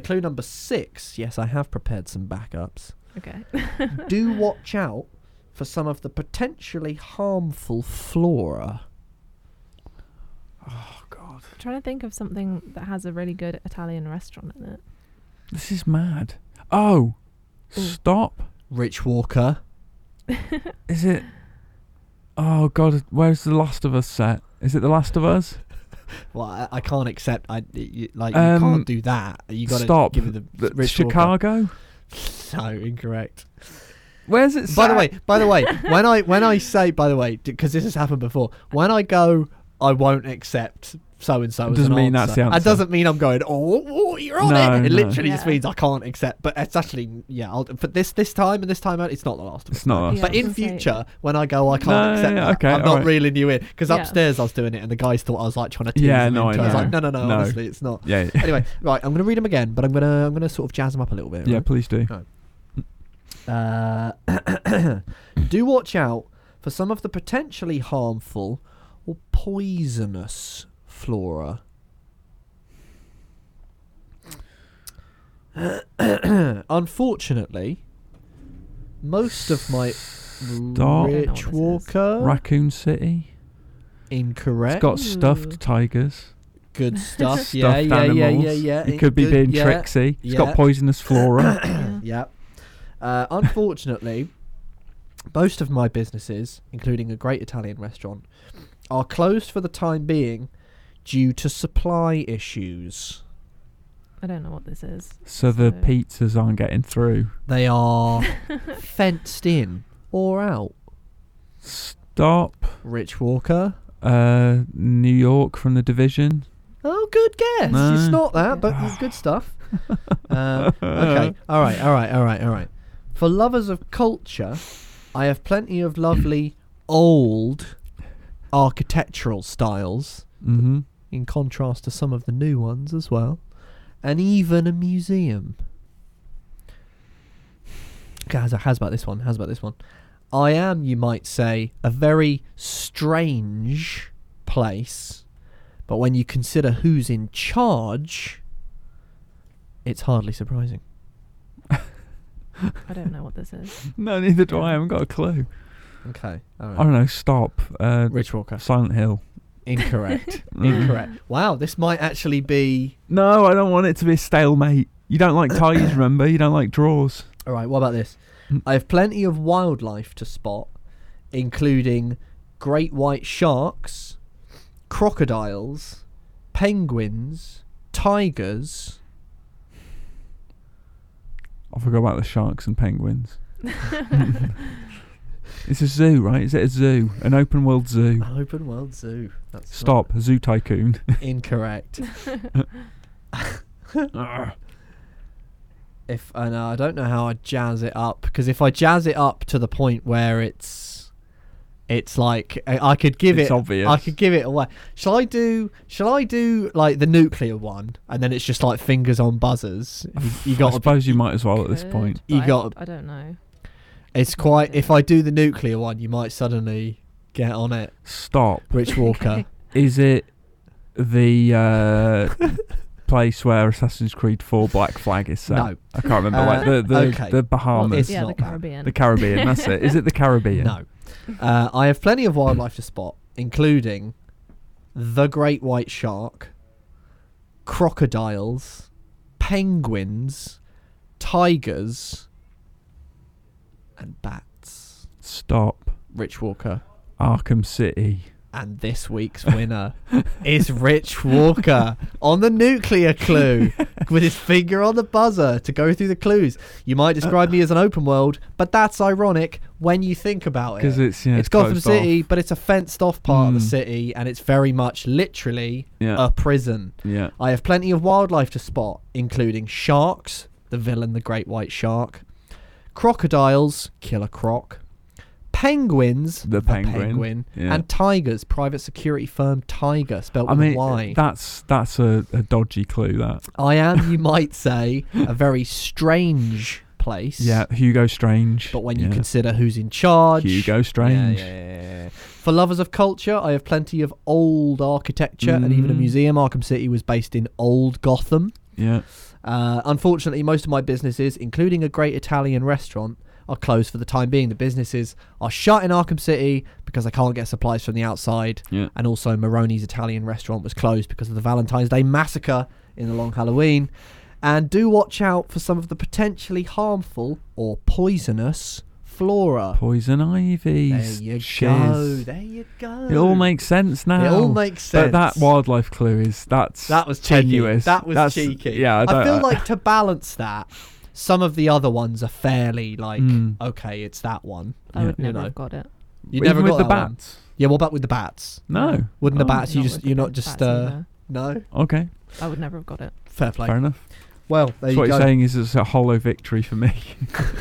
B: Clue number six. Yes, I have prepared some backups.
D: Okay.
B: Do watch out for some of the potentially harmful flora.
D: I'm trying to think of something that has a really good Italian restaurant in it.
C: This is mad. Oh,
D: Ooh.
C: stop.
B: Rich Walker.
C: Is it? Oh God, where's the Last of Us set? Is it the Last of Us?
B: Well, I, I can't accept. I you, like you
C: Um,
B: can't do that. You got to
C: stop.
B: give it the,
C: The-
B: Rich Walker.
C: Chicago.
B: No, incorrect.
C: Where's it?
B: By the
C: set?
B: way, by the way, when I when I say by the way, because this has happened before, when I go, I won't accept so and so.
C: Doesn't mean that's the
B: It
C: answer.
B: doesn't mean I'm going. Oh, oh, you're on
C: No,
B: it. It
C: no.
B: literally just
D: Yeah.
B: means I can't accept. But it's actually yeah. I'll, but this this time and this time out, it's not the last. of
C: It's
B: us.
C: not.
D: Yeah,
B: But
D: I
B: in
D: was gonna say-
B: future, when I go, I can't
C: No,
B: accept
C: yeah,
B: that.
C: okay,
B: I'm not
C: alright.
B: reeling you in because
D: Yeah.
B: upstairs I was doing it, and the guys thought I was like trying to tease
C: Yeah,
B: them.
C: no,
B: into
C: I
B: it. I was
C: know.
B: like, no, no, no,
C: No.
B: Honestly, it's not.
C: Yeah.
B: Anyway, right. I'm gonna read them again, but I'm gonna I'm gonna sort of jazz them up a little bit.
C: Yeah.
B: right?
C: Please do.
B: Uh, do watch out for some of the potentially harmful or poisonous flora. Unfortunately, most of my
C: Stop.
D: I don't know what this
B: Rich
D: is.
B: Walker
C: Raccoon City. It's
B: incorrect.
C: got
D: Ooh.
C: stuffed tigers.
B: good stuff.
C: Stuffed
B: yeah, yeah,
C: animals.
B: yeah, yeah, yeah.
C: It could be
B: Good-
C: being
B: yeah.
C: tricksy. It's
B: yeah.
C: got poisonous flora.
D: Yeah.
B: Yeah. Uh, unfortunately, most of my businesses, including a great Italian restaurant, are closed for the time being due to supply issues.
D: I don't know what this is.
C: so the
D: So-
C: pizzas aren't getting through.
B: They are fenced in or out.
C: Stop.
B: Rich Walker.
C: Uh, New York from the division.
B: Oh, good guess.
C: No.
B: It's not that, but it's good stuff. um, okay. All right. All right. All right. All right. For lovers of culture, I have plenty of lovely old architectural styles.
C: Mm-hmm.
B: in contrast to some of the new ones as well, and even a museum. Okay, how's, how's about this one? How's about this one? I am, you might say, a very strange place, but when you consider who's in charge, it's hardly surprising.
D: I don't know what this is.
C: No, neither do I. I haven't got a clue.
B: Okay. All
C: I don't know. Stop. Uh,
B: Rich Walker.
C: Silent Hill.
B: Incorrect.
C: Mm.
B: Incorrect. Wow, this might actually be.
C: No, I don't want it to be a stalemate. You don't like ties, remember? You don't like draws.
B: All right. What about this?
C: Mm.
B: I have plenty of wildlife to spot, including great white sharks, crocodiles, penguins, tigers.
C: I forgot about the sharks and penguins. it's a zoo, right? Is it a zoo? An open world zoo?
B: An open world zoo. That's not
C: Stop. Zoo tycoon.
B: Incorrect.
C: Arr.
B: if and uh, I don't know how I jazz it up because if I jazz it up to the point where it's it's like I, I could give
C: It's
B: it
C: obvious.
B: I could give it away. Shall I do shall I do like the nuclear one and then it's just like fingers on buzzers. You, you
C: I
B: got to
C: suppose you might as well at this
D: Could,
C: point.
D: but
B: You
D: I-
B: got-
D: I don't know.
B: it's quite if I do the nuclear one you might suddenly get on it.
C: Stop.
B: Rich Walker.
C: Is it the uh, place where Assassin's Creed 4 Black Flag is set?
B: No.
C: I can't remember. like
B: Uh,
C: the the,
B: okay.
C: the Bahamas,
B: Well, It's
D: yeah, the
B: not that.
D: Caribbean.
C: Oh, the Caribbean. that's it. Is it the Caribbean?
B: No. Uh, I have plenty of wildlife to spot, including the great white shark, crocodiles, penguins, tigers, and bats.
C: Stop.
B: Rich Walker.
C: Arkham City.
B: And this week's winner is Rich Walker on the nuclear clue with his finger on the buzzer to go through the clues. You might
C: Uh.
B: describe me as an open world, but that's ironic when you think about it.
C: Because it's you know,
B: it's, Gotham
C: closed off.
B: City, but it's a fenced off part of the
C: Mm.
B: city, and it's very much literally
C: Yeah.
B: a prison.
C: yeah.
B: I have plenty of wildlife to spot, including sharks, the villain, the great white shark, crocodiles, killer croc, penguins,
C: The penguin, yeah.
B: and tigers, private security firm Tiger, spelled
C: I
B: with a
C: mean,
B: Y.
C: that's that's a, a dodgy clue. That
B: I am, you might say, a very strange place.
C: yeah, Hugo Strange.
B: But when you
C: yeah.
B: consider who's in charge,
C: Hugo
B: Yeah,
C: Strange.
B: yeah, yeah, yeah. For lovers of culture, I have plenty of old architecture and even a
C: Mhm.
B: museum. Arkham City was based in old Gotham.
C: Yeah.
B: Uh, unfortunately, most of my businesses, including a great Italian restaurant, are closed for the time being. The businesses are shut in Arkham City because I can't get supplies from the outside.
C: Yeah.
B: And also, Maroni's Italian restaurant was closed because of the Valentine's Day massacre in the Long Halloween. And do watch out for some of the potentially harmful or poisonous flora.
C: Poison Ivy.
B: Uh, There you go.
C: Shiz.
B: There you go.
C: It all makes sense now.
B: It all makes sense.
C: But that wildlife clue is that's
B: that was cheeky.
C: tenuous.
B: That was
C: That's-
B: cheeky.
C: Yeah, I,
B: I,
C: don't,
B: feel like to balance that, some of the other ones are fairly like
C: Mm.
B: okay, it's that one.
D: I would
B: Yeah.
D: never
B: You
D: have got it.
B: You
C: Even
B: never
C: with
B: got
C: the
B: that one.
C: bats.
B: Yeah, what about with the bats?
C: No.
B: Wouldn't the
C: Oh.
B: bats? You
D: Not
B: just
D: with the
B: you're not
D: bats
B: just uh,
D: either.
B: no.
C: Okay,
D: I would never have got it.
B: Fair play.
C: fair enough.
B: Well, there
C: That's
B: you
C: what
B: go.
C: you're saying is it's a hollow victory for me.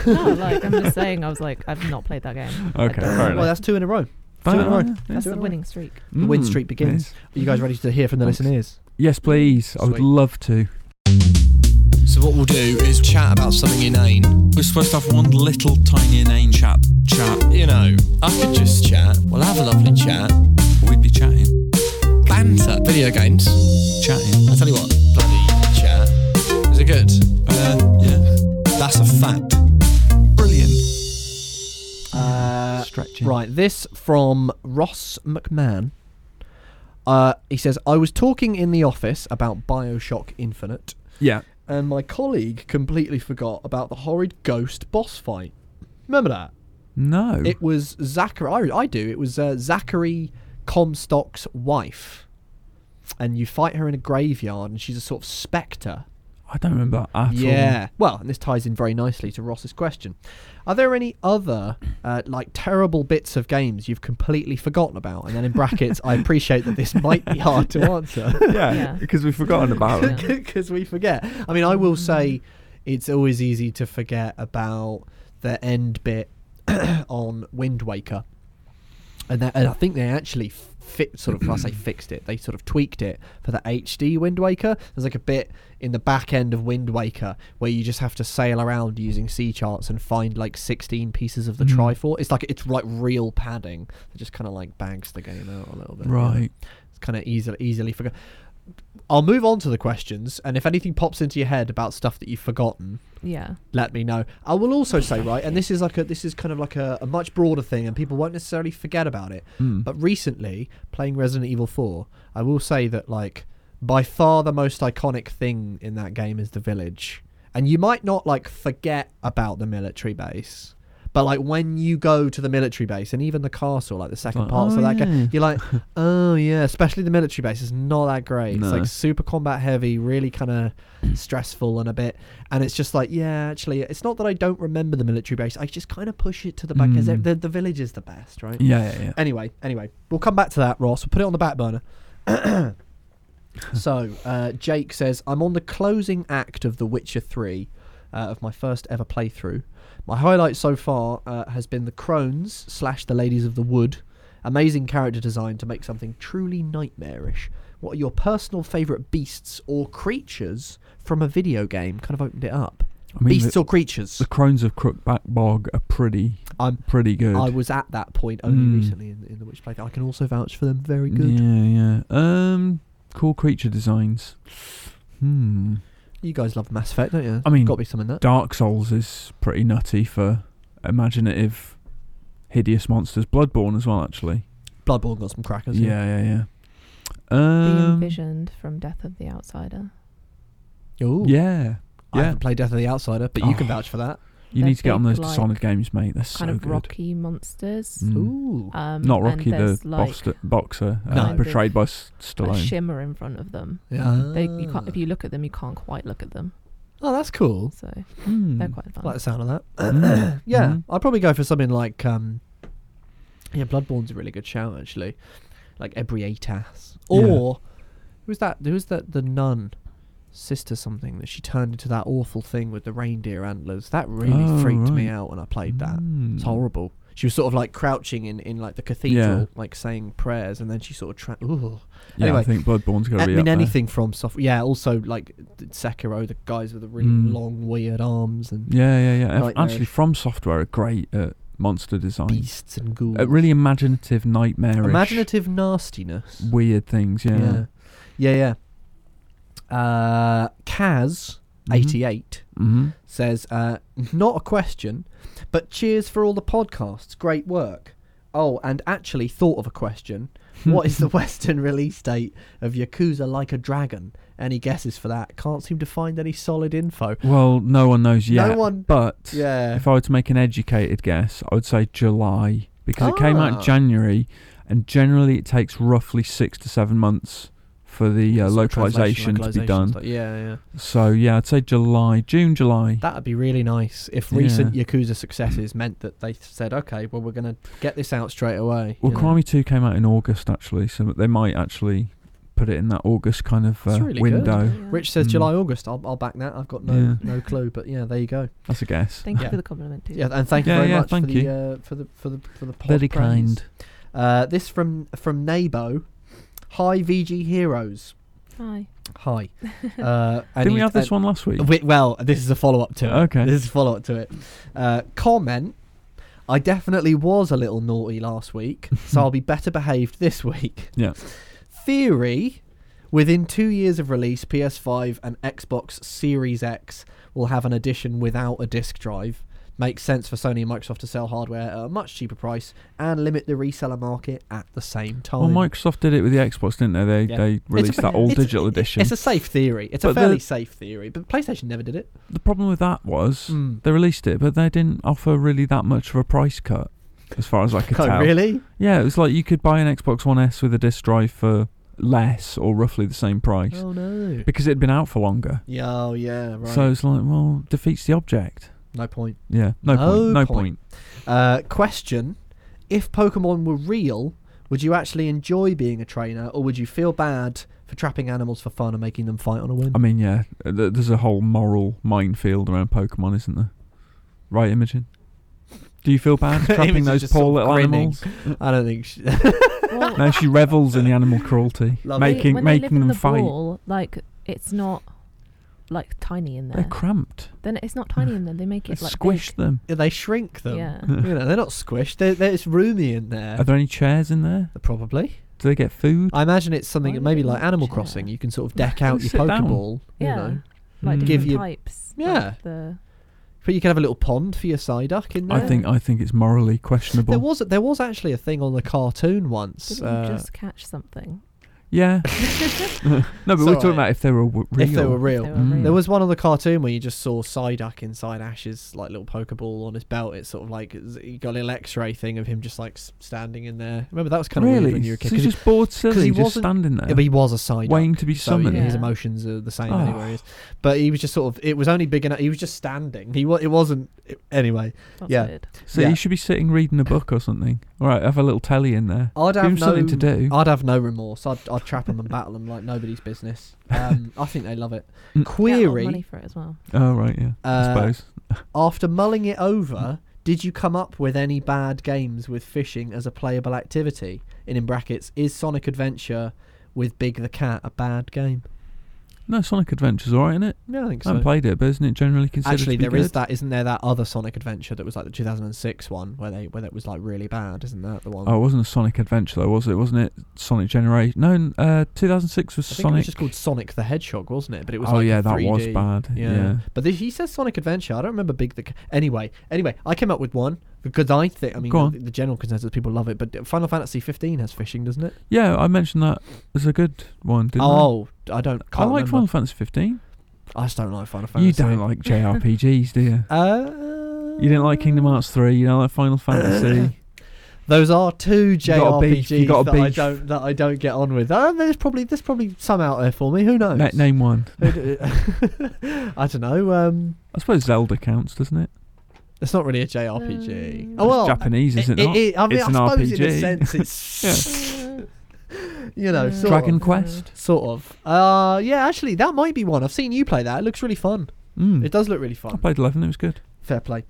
D: No, like I'm just saying, I was like, I've not played that game. I
C: Okay, fair
D: don't-
B: well,
C: enough.
B: that's two in a row.
C: Fair
B: in a row.
C: enough.
D: That's
B: Yeah.
D: the winning streak.
B: The win
C: Mm,
B: streak begins.
C: yes.
B: Are you guys ready to hear from the
C: Thanks.
B: listeners?
C: Yes, please. I would
B: Sweet.
C: love to.
F: So what we'll do is chat about something inane.
E: We're supposed to have one little tiny inane chat. Chat.
F: You know, I could just chat. We'll have a lovely chat.
E: We'd be chatting.
F: Banter. Video games.
E: Chatting.
F: I tell you what, bloody chat. Is it good?
E: Uh, yeah.
F: That's a fact.
E: Brilliant.
B: Uh,
E: Stretching.
B: Right, this from Ross McMahon. Uh, he says, I was talking in the office about Bioshock Infinite,
C: Yeah.
B: and my colleague completely forgot about the horrid ghost boss fight. Remember that?
C: No.
B: It was Zachary. I, I do. It was uh, Zachary Comstock's wife. And you fight her in a graveyard, and she's a sort of spectre.
C: I don't remember that at all.
B: Yeah. Well, and this ties in very nicely to Ross's question. Are there any other uh, like terrible bits of games you've completely forgotten about? And then in brackets, I appreciate that this might be hard to answer
C: Yeah,
D: Yeah.
C: because we've forgotten about it.
D: Yeah.
B: because we forget. I mean, I will say it's always easy to forget about the end bit on Wind Waker, and, that, and I think they actually fi sort of I say fixed it. They sort of tweaked it for the HD Wind Waker. There's like a bit in the back end of Wind Waker where you just have to sail around using sea charts and find like 16 pieces of the
C: Mm.
B: Triforce. It's like it's like real padding that just kind of like bags the game out a little bit. you know?
C: Right.
B: It's kind of easily easily forgot. I'll move on to the questions, and if anything pops into your head about stuff that you've forgotten,
D: Yeah.
B: let me know. I will also say, right, and this is like a this is kind of like a, a much broader thing, and people won't necessarily forget about it.
C: Mm.
B: But recently, playing Resident Evil 4, I will say that, like, by far the most iconic thing in that game is the village. And you might not, like, forget about the military base. But, like, when you go to the military base and even the castle, like, the second
C: like,
B: parts
C: "Oh,
B: of that
C: yeah."
B: game, you're like, oh, yeah, especially the military base is not that great. It's,
C: No.
B: like, super combat heavy, really kind of stressful and a bit. And it's just like, yeah, actually, it's not that I don't remember the military base. I just kind of push it to the back because
C: Mm.
B: the, the village is the best, right?
C: Yeah, yeah, yeah.
B: Anyway, anyway, we'll come back to that, Ross. We'll put it on the back burner. so, uh, Jake says, I'm on the closing act of The Witcher 3 uh, of my first ever playthrough. My highlight so far uh, has been the crones slash the ladies of the wood. Amazing character design to make something truly nightmarish. What are your personal favourite beasts or creatures from a video game? Kind of opened it up.
C: I mean,
B: beasts
C: the,
B: or creatures?
C: the crones of Crookback Bog are pretty,
B: I'm-
C: pretty good.
B: I was at that point only
C: Mm.
B: recently in, in the Witcher playthrough. I can also vouch for them. Very good.
C: Yeah, yeah. Um, cool creature designs. Hmm.
B: You guys love Mass Effect, don't you?
C: I mean-
B: got to be some in that.
C: Dark Souls is pretty nutty for imaginative, hideous monsters. Bloodborne as well, actually.
B: Bloodborne got some crackers.
C: Yeah, yeah, yeah.
D: the
C: Um,
D: envisioned from Death of the Outsider.
B: Ooh.
C: yeah,
B: I
C: yeah.
B: haven't played Death of the Outsider, but you can
C: Oh.
B: vouch for that.
C: You
D: They're
C: need to get on
D: big,
C: those
D: like,
C: Dishonored games, mate. They're so
D: kind of
C: good.
D: rocky monsters.
C: Mm.
B: Ooh.
D: Um,
C: Not
D: and
C: Rocky, the
D: there's, like
C: boxer, boxer uh,
D: kind of
C: portrayed by S-
D: a
C: Stallone.
D: shimmer in front of them.
B: yeah.
D: They, you can't, if you look at them, you can't quite look at them.
B: oh, that's cool.
D: So
C: Hmm.
D: they're quite
B: I like the
D: advanced.
B: sound of that.
C: Mm.
B: Yeah,
C: Mhm.
B: I'd probably go for something like. um Yeah, Bloodborne's a really good shout, actually. Like Ebriatas.
C: Yeah.
B: Or. Who was that? Who was that? The nun. Sister something that she turned into that awful thing with the reindeer antlers. That really
C: Oh,
B: freaked me
C: right.
B: out when I played that. It's
C: Hmm.
B: horrible. She was sort of like crouching in, in like the cathedral, like saying prayers, and then she sort of tra- ooh.
C: Yeah,
B: Anyway,
C: I think Bloodborne's going
B: I
C: to be up
B: mean,
C: there.
B: anything from soft. Yeah, also like th- Sekiro, the guys with the really
C: Mm.
B: long, weird arms and
C: Yeah, yeah, yeah. F- Actually,
B: Nightmarish.
C: From Software are great at monster design.
B: beasts and ghouls.
C: Uh, really imaginative, nightmarish,
B: imaginative nastiness.
C: weird things. Yeah. Mm-hmm.
B: yeah, yeah, yeah. Uh, Kaz
C: Mhm.
B: eighty eight
C: Mhm.
B: says, uh, not a question, but cheers for all the podcasts. Great work. Oh, and actually thought of a question. what is the Western release date of Yakuza Like a Dragon? Any guesses for that? Can't seem to find any solid info.
C: Well, no one knows yet.
B: one-
C: But
B: Yeah.
C: if I were to make an educated guess, I would say July because it came out
B: Ah.
C: in January, and generally it takes roughly six to seven months for the
B: Sort
C: uh,
B: of
C: localization, to be done.
B: stuff. Yeah, yeah.
C: So yeah, I'd say July, June, July.
B: That would be really nice if
C: Yeah.
B: recent Yakuza successes meant that they said, okay, well, we're going to get this out straight away.
C: well,
B: you know.
C: Kwame Two came out in August actually, so they might actually put it in that August kind of
B: That's
C: uh,
B: really good.
C: window.
D: Yeah.
B: Rich says
C: Mm.
B: July, August. I'll, I'll back that. I've got no,
C: Yeah.
B: no clue, but yeah, there you go.
C: That's a guess.
D: Thank
B: Yeah.
D: you for the compliment too.
B: Yeah, and thank you
C: Yeah,
B: very
C: yeah,
B: much for
C: thank
B: the,
C: you.
B: Uh, for the for the for the pod
C: Very
B: praise.
C: kind.
B: Uh, this from from Nabo. Hi VG Heroes.
D: Hi.
B: Hi. Uh, and
C: Didn't we
B: he-
C: have this
B: uh,
C: one last week?
B: wi- well, this is a follow up to it.
C: Okay.
B: This is a follow up to it. Uh, comment. I definitely was a little naughty last week, so I'll be better behaved this week.
C: Yeah.
B: Theory. Within two years of release, PS5 and Xbox Series X will have an edition without a disc drive. Makes sense for Sony and Microsoft to sell hardware at a much cheaper price and limit the reseller market at the same time.
C: Well, Microsoft did it with the Xbox, didn't they? They
B: Yeah.
C: they released that all
B: it's-
C: digital edition.
B: It's a safe theory. It's a
C: But the-
B: fairly safe theory, but PlayStation never did it.
C: the problem with that was
B: Mm.
C: they released it, but they didn't offer really that much of a price cut, as far as I could
B: Oh,
C: tell.
B: really?
C: Yeah, it was like you could buy an Xbox One S with a disc drive for less or roughly the same price
B: Oh no.
C: because it had been out for longer.
B: Yeah, oh yeah, right.
C: So it's like, well, defeats the object.
B: no point.
C: Yeah, no,
B: No
C: point. No
B: point.
C: point.
B: Uh, question: If Pokemon were real, would you actually enjoy being a trainer, or would you feel bad for trapping animals for fun and making them fight on a whim?
C: I mean, yeah, th- there's a whole moral minefield around Pokemon, isn't there? Right, Imogen. Do you feel bad for trapping
B: Imogen's
C: those
B: just
C: poor
B: sort of
C: little
B: grinning.
C: animals?
B: I don't think. She,
D: Well,
C: No, she revels in the animal cruelty,
B: Lovely.
D: they-
C: making
D: when they live
C: making
D: in
C: them
D: the
C: fight.
D: Ball, like it's not like tiny in
C: They're
D: there.
C: cramped.
D: then it's not tiny in there. They make
C: They
D: it like
C: squish them.
B: they shrink
D: big.
B: them.
D: Yeah.
B: You know, they're not squished. They're, they're, it's roomy in there.
C: Are there any chairs in there?
B: Probably.
C: Do they get food?
B: I imagine it's something
D: Why
B: maybe
D: did they
B: like Animal
D: mention
B: Crossing.
D: it?
B: You can sort of deck out your
C: Sit down.
B: Pokeball, you
D: Yeah.
B: know.
C: Mm.
D: like different
B: Give you-
D: types. like
B: Yeah.
D: the
B: But you can have a little pond for your Psyduck in there.
C: I think I think it's morally questionable.
B: there was there was actually a thing on the cartoon once.
D: didn't
B: uh,
D: you just catch something?
C: yeah. no, but
B: It's
C: we're
B: all
C: talking
B: right.
C: about if they were w- real.
B: if they were
D: If
B: real.
D: they were
C: Mm.
D: real.
B: There was one on the cartoon where you just saw Psyduck inside Ash's like little Pokeball on his belt. It's sort of like z- he got a little X-ray thing of him just like s- standing in there. Remember that was kind of
C: really?
B: weird when you were a kid.
C: So
B: 'cause
C: he's
B: he-
C: just bored silly,
B: he
C: just
B: wasn't-
C: standing there,
B: yeah, but he was a Psyduck.
C: waiting to be
B: so he-
C: summoned.
B: his
D: Yeah.
B: emotions are the same
C: Oh.
B: anyway. He is. But he was just sort of. It was only big enough. He was just standing. He was. It wasn't. it- anyway,
D: That's
B: yeah.
D: weird.
C: So
B: Yeah.
C: you should be sitting reading a book or something. All right, have a little telly in there.
B: I'd
C: Give him
B: have no.
C: something to do.
B: I'd have no remorse. I'd, I'd trap them and battle them like nobody's business. Um, I think they love it.
C: Mm.
D: Get a lot of
B: Query.
D: money for it as well.
C: oh right, yeah. I
B: Uh,
C: suppose.
B: After mulling it over, did you come up with any bad games with fishing as a playable activity? And in brackets, is Sonic Adventure with Big the Cat a bad game?
C: No, Sonic Adventure's alright, isn't it?
B: No, I think
C: I haven't played it, but isn't it generally considered
B: Actually,
C: to be
B: there is
C: good?
B: that, isn't there? That other Sonic Adventure that was like the 2006 one, where they where that was like really bad, isn't that the one?
C: Oh, it wasn't a Sonic Adventure though, was it? Wasn't it Sonic Generation? No, n- uh, 2006 was
B: I think it
C: Sonic.
B: was just called Sonic the Hedgehog, wasn't it? But it was
C: oh
B: like
C: yeah, that was
B: 3D.
C: bad.
B: Yeah.
C: yeah.
B: But the, he says Sonic Adventure. I don't remember Big the. Ca- Anyway, anyway, I came up with one because I think. I mean,
C: Go on.
B: the, the general consensus people love it, but Final Fantasy 15 has fishing, doesn't it?
C: Yeah, I mentioned that as a good one, didn't
B: oh, I don't.
C: I? I
B: Can't
C: like
B: remember.
C: Final Fantasy 15.
B: I just don't like Final Fantasy.
C: You don't like JRPGs, do you?
B: Uh,
C: You didn't like Kingdom Hearts 3. You don't like Final Fantasy.
B: Those are two
C: got a beef, you
B: JRPGs
C: got a
B: that I
C: beef.
B: don't that I don't get on with. Uh, there's probably there's probably some out there for me. Who knows?
C: Na- name one.
B: I don't know. Um,
C: I suppose Zelda counts, doesn't it?
B: it's not really a JRPG.
D: No.
B: oh well,
C: it's Japanese, is it,
B: it-
C: not?
B: it- I mean, I
C: It's an
B: suppose in a
C: RPG.
B: sense it's you know
D: Mm.
B: sort
C: Dragon
B: of.
C: Quest.
B: Sort of. Uh, yeah, actually, that might be one. I've seen you play that. It looks really fun.
C: Mm.
B: It does look really
C: I
B: fun.
C: played 11. It was good.
B: Fair play.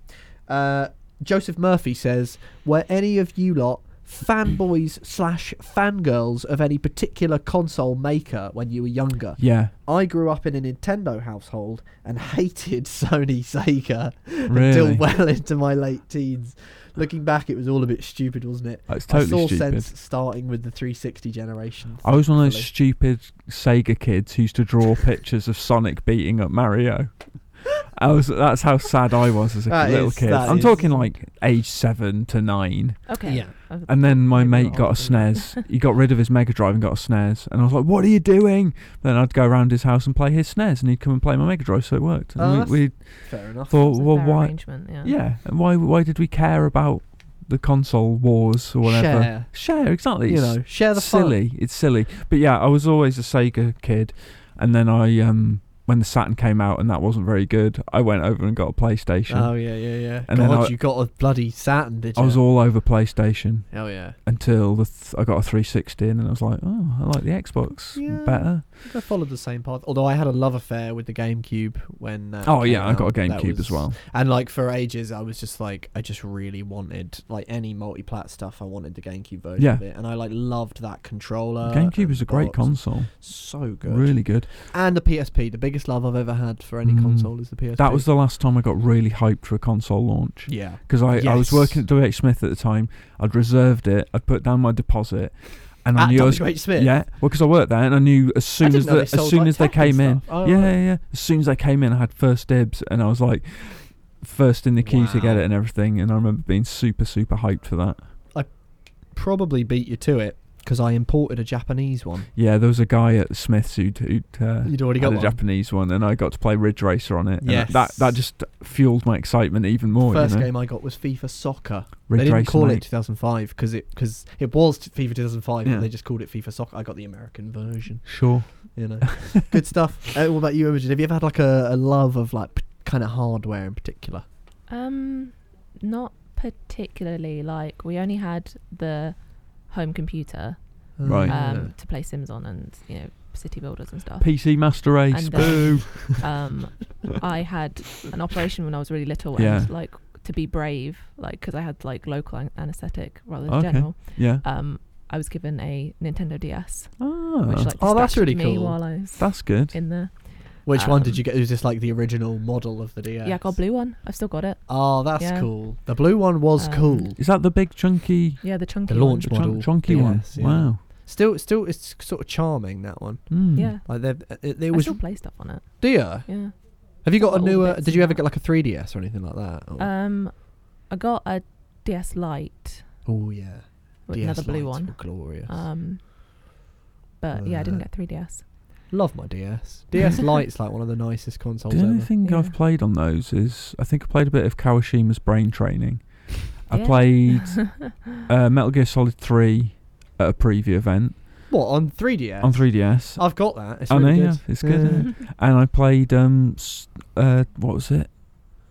B: Uh, Joseph Murphy says, were any of you lot fanboys slash fangirls of any particular console maker when you were younger?
C: Yeah,
B: I grew up in a Nintendo household and hated Sony Sega until
C: really.
B: well into my late teens. Looking back, it was all a bit stupid, wasn't it?
C: It's
B: I
C: totally
B: saw
C: stupid.
B: sense starting with the 360 generation.
C: I was one of those
B: thankfully.
C: stupid Sega kids who used to draw pictures of Sonic beating up Mario. I was. That's how sad I was as a
B: That
C: little
B: is-
C: kid.
B: that
C: I'm
B: is-
C: talking like age seven to nine.
D: Okay.
B: Yeah.
D: I've-
C: And then my
D: Maybe
C: mate
D: not
C: got a
D: obviously.
C: SNES. he got rid of his Mega Drive and got a SNES. And I was like, "What are you doing?" Then I'd go around his house and play his SNES, and he'd come and play my Mega Drive. So it worked. And
B: Oh, that's-
C: we, we
B: Fair enough.
D: That
C: thought,
D: was a
C: "Well,
D: fair
C: why?
D: arrangement, yeah.
C: Yeah, and why? Why did we care about the console wars or whatever?
B: Share.
C: Share, exactly.
B: You
C: It's
B: know, share the fun.
C: silly. It's silly. But yeah, I was always a Sega kid, and then I um when the Saturn came out and that wasn't very good, I went over and got a PlayStation.
B: Oh yeah, yeah, yeah.
C: And then
B: God,
C: I-
B: you got a bloody Saturn, did you?
C: I was all over PlayStation
B: Hell yeah.
C: until the th- I got a 360, and then I was like, oh, I like the Xbox
B: Yeah.
C: better.
B: I think I followed the same path. Although I had a love affair with the GameCube when. That
C: Oh
B: came
C: yeah, I got a
B: out. That
C: GameCube
B: was-
C: as well.
B: And like for ages, I was just like, I just really wanted like any multi-plat stuff. I wanted the GameCube version
C: Yeah.
B: of it, and I like loved that controller.
C: GameCube
B: uh, and
C: is a great
B: box.
C: console,
B: So good.
C: really good.
B: And the PSP, the biggest love I've ever had for any
C: Mm.
B: console is the PSP.
C: That was the last time I got really hyped for a console launch.
B: yeah.
C: because I, I was
B: Yes.
C: working at WH Smith at the time. I'd reserved it. I'd put down my deposit, and I
B: At
C: knew I was
B: WH Smith?
C: Yeah, well, because I worked there, and I knew as soon
B: didn't
C: as
B: know
C: the,
B: they
C: as
B: sold,
C: soon
B: like,
C: as they
B: tech and
C: came in,
B: stuff. Oh,
C: yeah,
B: right.
C: yeah, yeah. As soon as they came in, I had first dibs, and I was like first in the queue to get
B: Wow.
C: it and everything. And I remember being super super hyped for that.
B: Probably beat you to it because I imported a Japanese one.
C: Yeah, there was a guy at Smith's who'd, who'd uh,
B: You'd already
C: had
B: got
C: a
B: one.
C: Japanese one, and I got to play Ridge Racer on it. and that- that
B: Yes.
C: that just fueled my excitement even more.
B: First
C: Oh, you know?
B: game I got was FIFA Soccer.
C: Ridge
B: they didn't
C: Racer,
B: call
C: mate.
B: it 2005 because it because it was t- FIFA 2005,
C: Yeah.
B: but they just called it FIFA Soccer. I got the American version.
C: Sure.
B: You know, good stuff. Uh, what about you, Imogen? Have you ever had like a, a love of like p- kind of hardware in particular?
D: Um, not particularly. Like we only had the home computer
C: Right.
B: Uh,
D: um, to play Sims on, and you know city builders and
B: Oh.
D: stuff.
C: PC Master Race.
D: And, uh,
C: Boo.
D: um, I had an operation when I was really little,
C: Yeah.
D: and like to be brave, like because I had like local an- anaesthetic rather than
C: Okay.
D: general.
C: yeah.
B: uh,
D: Um, I was given a Nintendo DS,
C: Ah,
D: which like
B: Oh, that's
D: distracted
B: really
D: me
B: cool.
D: while I was
C: that's good.
D: in there.
B: Which one did
D: um,
B: you get? Was this like the original model of the DS?
D: Yeah, I got a blue one. I've still got it.
B: Oh, that's
D: Yeah.
B: cool. The blue one was
D: Um,
B: cool.
C: Is that the big chunky
D: Yeah, the chunky
B: The launch
C: The
D: one.
C: chun-
B: model
C: chunky one.
B: DS, yeah.
C: Wow.
B: Still, still, it's sort of charming that one.
C: Mm.
D: Yeah.
B: Like they, it, it
D: I
B: was.
D: still play stuff on it.
B: do you?
D: Yeah.
B: Have you got a
D: All the
B: newer?
D: bits
B: Did you
D: and
B: ever get
D: that.
B: like a 3ds or anything like that? Or-
D: Um, I got a DS Lite,
B: oh yeah,
D: with
B: DS
D: another blue
B: lights were
D: one.
B: Glorious.
D: Um, but yeah, I didn't
B: Uh,
D: get 3DS.
B: Love my DS. DS Lite's like one of the nicest consoles
C: The only
B: ever.
C: thing
D: Yeah.
C: I've played on those is I think I played a bit of Kawashima's Brain Training. I
D: Yeah.
C: played uh, Metal Gear Solid 3 at a preview event
B: What on 3ds?
C: on 3DS.
B: I've got that. It's
C: I
B: really
C: know,
B: good.
C: Oh, yeah, it's good, isn't and I played um s- uh what was it?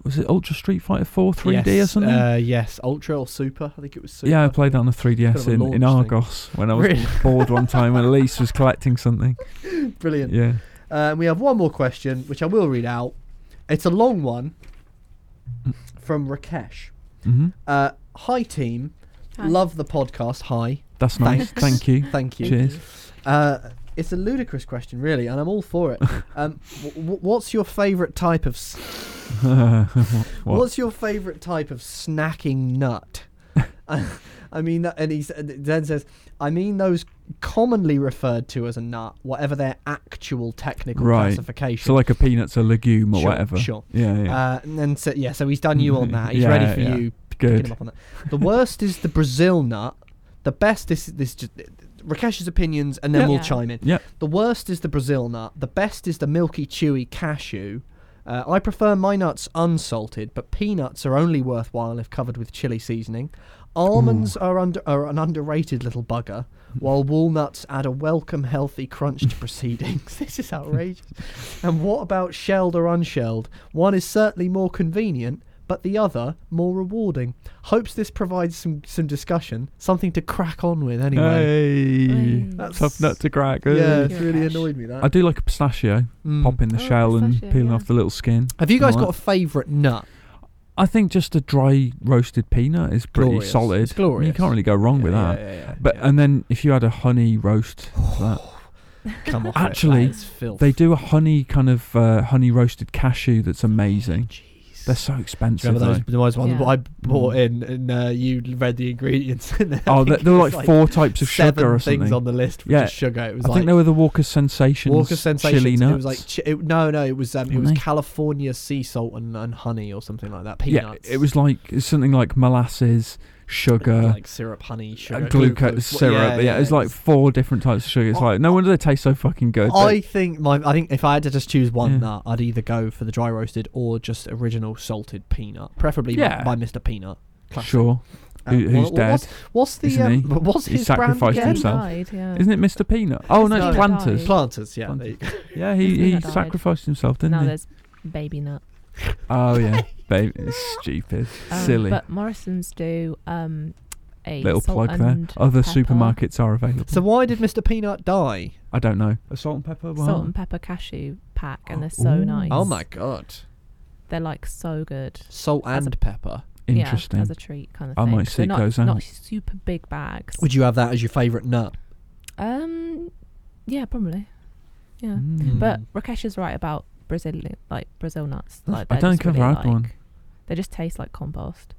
C: Was it Ultra Street Fighter 4 3D or
B: Yes,
C: something?
B: Uh, yes, Ultra or Super. I think it was Super.
C: yeah, I played that on the
B: Kind of
C: 3DS
B: a
C: in, in
B: launch thing.
C: Argos when I was
B: Really?
C: bored one time when Elise was collecting something.
B: Brilliant.
C: Yeah.
B: Uh, we have one more question, which I will read out. It's a long one
C: Mm.
B: from Rakesh.
C: hmm
B: Uh, hi, team.
D: Hi.
B: Love the podcast. Hi.
C: That's nice.
B: Thanks.
C: Thank you.
B: Thank you.
C: Cheers.
B: Uh, it's a ludicrous question, really, and I'm all for it. Um, w- w- what's your favourite type of s-
C: What?
B: What's your favourite type of snacking nut? I mean, that- and he s- and then says, I mean those commonly referred to as a nut, whatever their actual technical
C: Right.
B: classification.
C: So like a peanut's a legume or
B: Sure,
C: whatever.
B: sure.
C: Yeah, yeah.
B: Uh, and then so, yeah, so he's done you on that. He's
C: Yeah,
B: ready for
C: yeah.
B: you. Picking him
C: Good.
B: up on that. The worst is the Brazil nut. The best is this. Just, Rakesh's opinions, and then
D: Yeah.
B: we'll
D: Yeah.
B: chime in.
C: Yep.
B: The worst is the Brazil nut. The best is the milky, chewy cashew. Uh, I prefer my nuts unsalted, but peanuts are only worthwhile if covered with chili seasoning. Almonds are under are an underrated little bugger,
C: Mm.
B: while walnuts add a welcome, healthy crunch to proceedings. this is outrageous. and what about shelled or unshelled? One is certainly more convenient, but the other more rewarding. Hopes this provides some some discussion, something to crack on with. Anyway,
C: Hey.
B: That's-
C: Tough nut to crack.
B: yeah,
C: Ugh.
B: it's really
D: Gosh.
B: annoyed me that.
C: I do like a pistachio.
B: Mm.
C: Popping the
D: Oh,
C: shell and
D: pistachio,
C: peeling
D: yeah.
C: off the little skin.
B: Have you guys
C: Alright.
B: got a favourite nut?
C: I think just a dry roasted peanut is pretty
B: Glorious.
C: solid.
B: It's
C: I mean,
B: glorious.
C: you can't really go wrong with
B: Yeah,
C: that.
B: yeah, yeah,
C: But
B: yeah.
C: and then if you had a honey roast, that.
B: come off
C: uh, actually,
B: it. That is filth.
C: they do a honey kind of uh, honey roasted cashew that's amazing.
B: Jeez.
C: They're so
B: Do
C: expensive.
B: you remember those,
C: though.
B: there was one
D: Yeah.
B: that I bought in, and uh, you read the ingredients. And I
C: Oh,
B: think
C: there there
B: it
C: were
B: was
C: like, four types of
B: seven
C: sugar or
B: things
C: something.
B: on the list. Which
C: Yeah.
B: is sugar. It was
C: I
B: like
C: think they were the Walker Sensations.
B: Walker sensations.
C: Chili nuts.
B: It was like chi- it, no, no. It was um, it
C: Weren't
B: was
C: they?
B: California sea salt and, and honey or something like that.
C: yeah,
B: Peanuts.
C: it was like it's something like molasses,
B: It was
C: sugar,
B: like syrup, honey,
C: uh,
B: sugar,
C: glucose, syrup. Yeah, it's like four different types of sugar. It's
B: I-
C: like no wonder they taste so fucking good.
B: Oh, I think my I think if I had to just choose one
C: Yeah.
B: nut, I'd either go for the dry roasted or just original salted peanut, preferably by-
C: Yeah.
B: by, Mr. Peanut.
C: But
B: Classic.
C: sure,
B: Uh,
C: Who- who's
B: what- what's-
C: dead,
B: What's the
C: isn't
B: um,
C: he?
B: what's
C: He
B: his brand
C: sacrificed
B: again?
D: yeah, he
C: himself.
D: died, yeah.
C: isn't it, Mr. Peanut? Oh no,
B: No,
C: it's
D: no, no.
C: Planters.
B: Planters, yeah.
C: Planters.
B: there you go.
C: Yeah, he,
D: Isn't
C: he
D: that died?
C: sacrificed himself, didn't
D: now
C: he?
D: there's Baby Nut.
C: Oh yeah, baby, it's stupid,
D: Um,
C: silly.
D: But Morrison's do um, a
C: Little
D: salt
C: plug there.
D: and
C: Other
D: pepper-
C: supermarkets are available.
B: So why did Mr. Peanut die?
C: I don't know. A salt and pepper.
D: Salt and pepper cashew pack, and they're so
C: Ooh.
D: nice.
B: Oh my god.
D: They're like so good.
B: Salt
D: As a-
B: and pepper.
C: Interesting.
D: Yeah, as a treat kind of
C: I
D: thing.
C: might
D: 'cause
C: seek
D: they're not,
C: those
D: Not
C: out.
D: super big bags.
B: Would you have that as your favourite nut?
D: um, yeah, probably. Yeah,
C: Mm.
D: but Rakesh is right about Brazil, like Brazil nuts. Like
C: I
D: they're
C: don't
D: just
C: think I've
D: really,
C: had one.
D: like- They just taste like compost.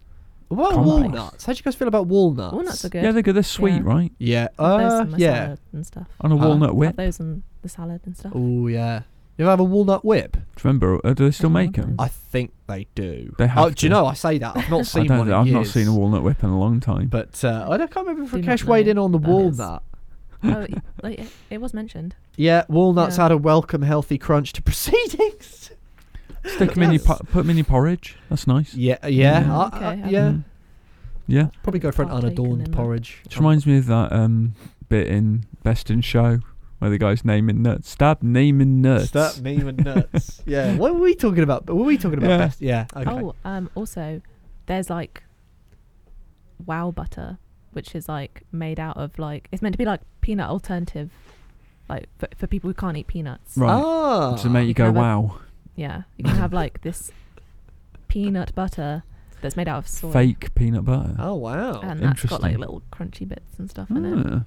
B: What about
C: Complex.
B: walnuts? How do you guys feel about walnuts?
D: Walnuts are good.
C: Yeah, they're good. They're sweet,
D: Yeah.
C: right?
B: Yeah.
D: Have those
B: Uh,
D: in my
B: yeah.
D: salad and stuff.
C: On a
B: Huh?
C: walnut
D: Have
C: whip.
D: those in the salad and stuff.
B: Oh yeah. You ever have a walnut whip?
C: Remember? Uh, do they still
D: don't
C: make
D: know.
C: them?
B: I think they do.
C: They
B: oh,
C: have
B: do you
C: to.
B: know? I say that I've not
C: I
B: seen
C: don't.
B: one.
C: know.
B: in
C: I've not
B: years.
C: seen a walnut whip in a long time.
B: But uh, I don't- can't remember
D: Do
B: if
D: not
B: Rakesh weighed
D: know
B: in on the
D: what that is.
B: walnut.
D: oh, it- like it, it was mentioned.
B: Yeah, walnuts
D: Yeah.
B: had a welcome, healthy crunch to proceedings.
C: Stick 'em in your
B: Yes.
C: po- put 'em in your porridge. That's nice.
B: Yeah, yeah,
D: Mm,
B: I-
D: okay,
B: I-
D: I
B: yeah.
C: Mm. Yeah.
B: Probably go for an
D: Partaken in
B: unadorned
D: that.
B: porridge.
C: Which reminds me of that um, bit in Best in Show where the guy's naming nuts. Stab naming nuts.
B: Stop me with nuts. yeah. What were we talking about? Were we talking about
C: Yeah.
B: best? Yeah. Okay.
D: Oh, um, also, there's like wow butter, which is like made out of like it's meant to be like peanut alternative, like for, for people who can't eat peanuts.
C: Right.
B: Ah.
C: to make you
D: You
C: go
D: can have a-
C: wow.
D: Yeah, you can have like this peanut butter that's made out of soy,
C: Fake peanut butter.
B: Oh wow.
D: and that's got like
C: interesting.
D: little crunchy bits and stuff in it.
C: Ah.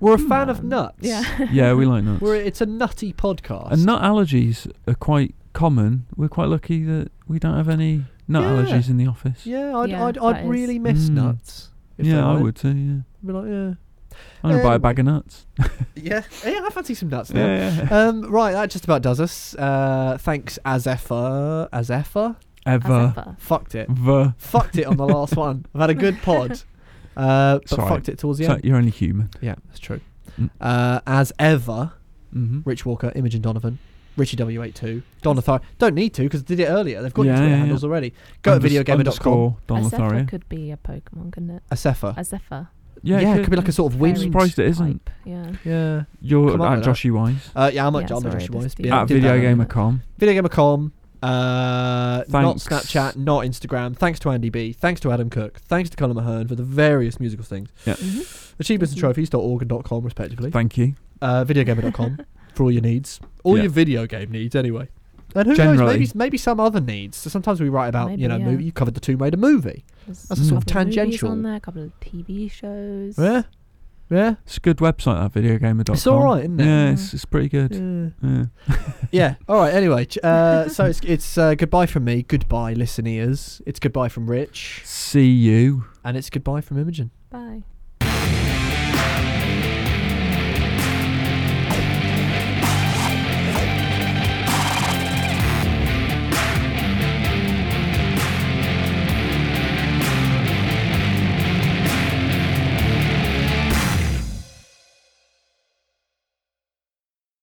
B: We're a fan of
D: Um,
B: nuts.
D: Yeah,
C: yeah, we like nuts.
B: We're it's a nutty podcast.
C: And nut allergies are quite common. We're quite lucky that we don't have any nut
B: Yeah.
C: allergies in the office.
B: Yeah, I'd
D: Yeah,
B: I'd, I'd
D: that is-
B: really miss
C: Mm.
B: nuts. if
C: Yeah,
B: they
C: I
B: weren't.
C: would too. Yeah.
B: Be like, yeah.
C: I'm gonna buy a
B: Um,
C: bag of nuts.
B: Yeah, yeah, I fancy some nuts now.
C: Yeah.
B: Um, right, that just about does us. Uh, thanks, as ever, as ever.
C: Ever.
D: As ever.
B: Fucked it.
C: Ver.
B: fucked it on the last one. I've had a good pod, uh, but
C: Sorry.
B: fucked it towards the
C: So
B: end.
C: you're only human.
B: Yeah, that's true.
C: Mm.
B: Uh, as ever,
C: Mm-hmm.
B: Rich Walker, Imogen Donovan, Richie W82, Donathy. Don't need to because did it earlier. They've got
C: Yeah,
B: your Twitter
C: yeah,
B: handles
C: yeah.
B: already. Go to videogamer.com.
C: Underscore Don
D: A
C: Lothario.
D: Zephyr could be a Pokemon, couldn't it?
B: A Zephyr.
D: A Zephyr.
B: Yeah, it could be like a sort of
D: Fairy
B: wind.
C: I'm surprised it isn't.
D: type, Yeah.
B: Yeah.
C: You're
B: Come on
C: at
B: with that.
C: Joshy Wise.
B: Uh, yeah, I'm at
D: Yeah,
B: John
D: sorry,
B: Joshua
D: just
B: Wise.
D: the-
B: Yeah,
C: at
B: did that earlier.
C: Videogamer.com.
B: Videogamer.com. Uh, not
C: Thanks.
B: Snapchat, not Instagram. Thanks to Andy B. Thanks to Adam Cook. Thanks to Colin Mahern for the various musical things.
D: Mhm.
B: Achievements and
D: Thank
B: trophies.org and dot .com, respectively.
C: Thank you.
B: Uh, videogamer.com for all your needs. All
C: Yeah.
B: your video game needs, anyway. And who knows?
C: Generally.
B: Maybe maybe some other needs. So sometimes we write about you
D: Maybe,
B: know
D: yeah.
B: movie. You covered the Tomb Raider movie.
D: There's
B: That's a sort of
D: Mm-hmm. couple movies
B: tangential.
D: on there, a couple of TV shows.
B: Yeah, yeah,
C: It's a good website, that videogamer.com.
B: It's all right, isn't it?
C: Yeah, it's, it's pretty good.
B: yeah.
C: Yeah.
B: yeah. All right. Anyway, ch- uh, so it's it's uh, goodbye from me. Goodbye, listeners. It's goodbye from Rich,
C: See you.
B: and it's goodbye from Imogen.
D: Bye.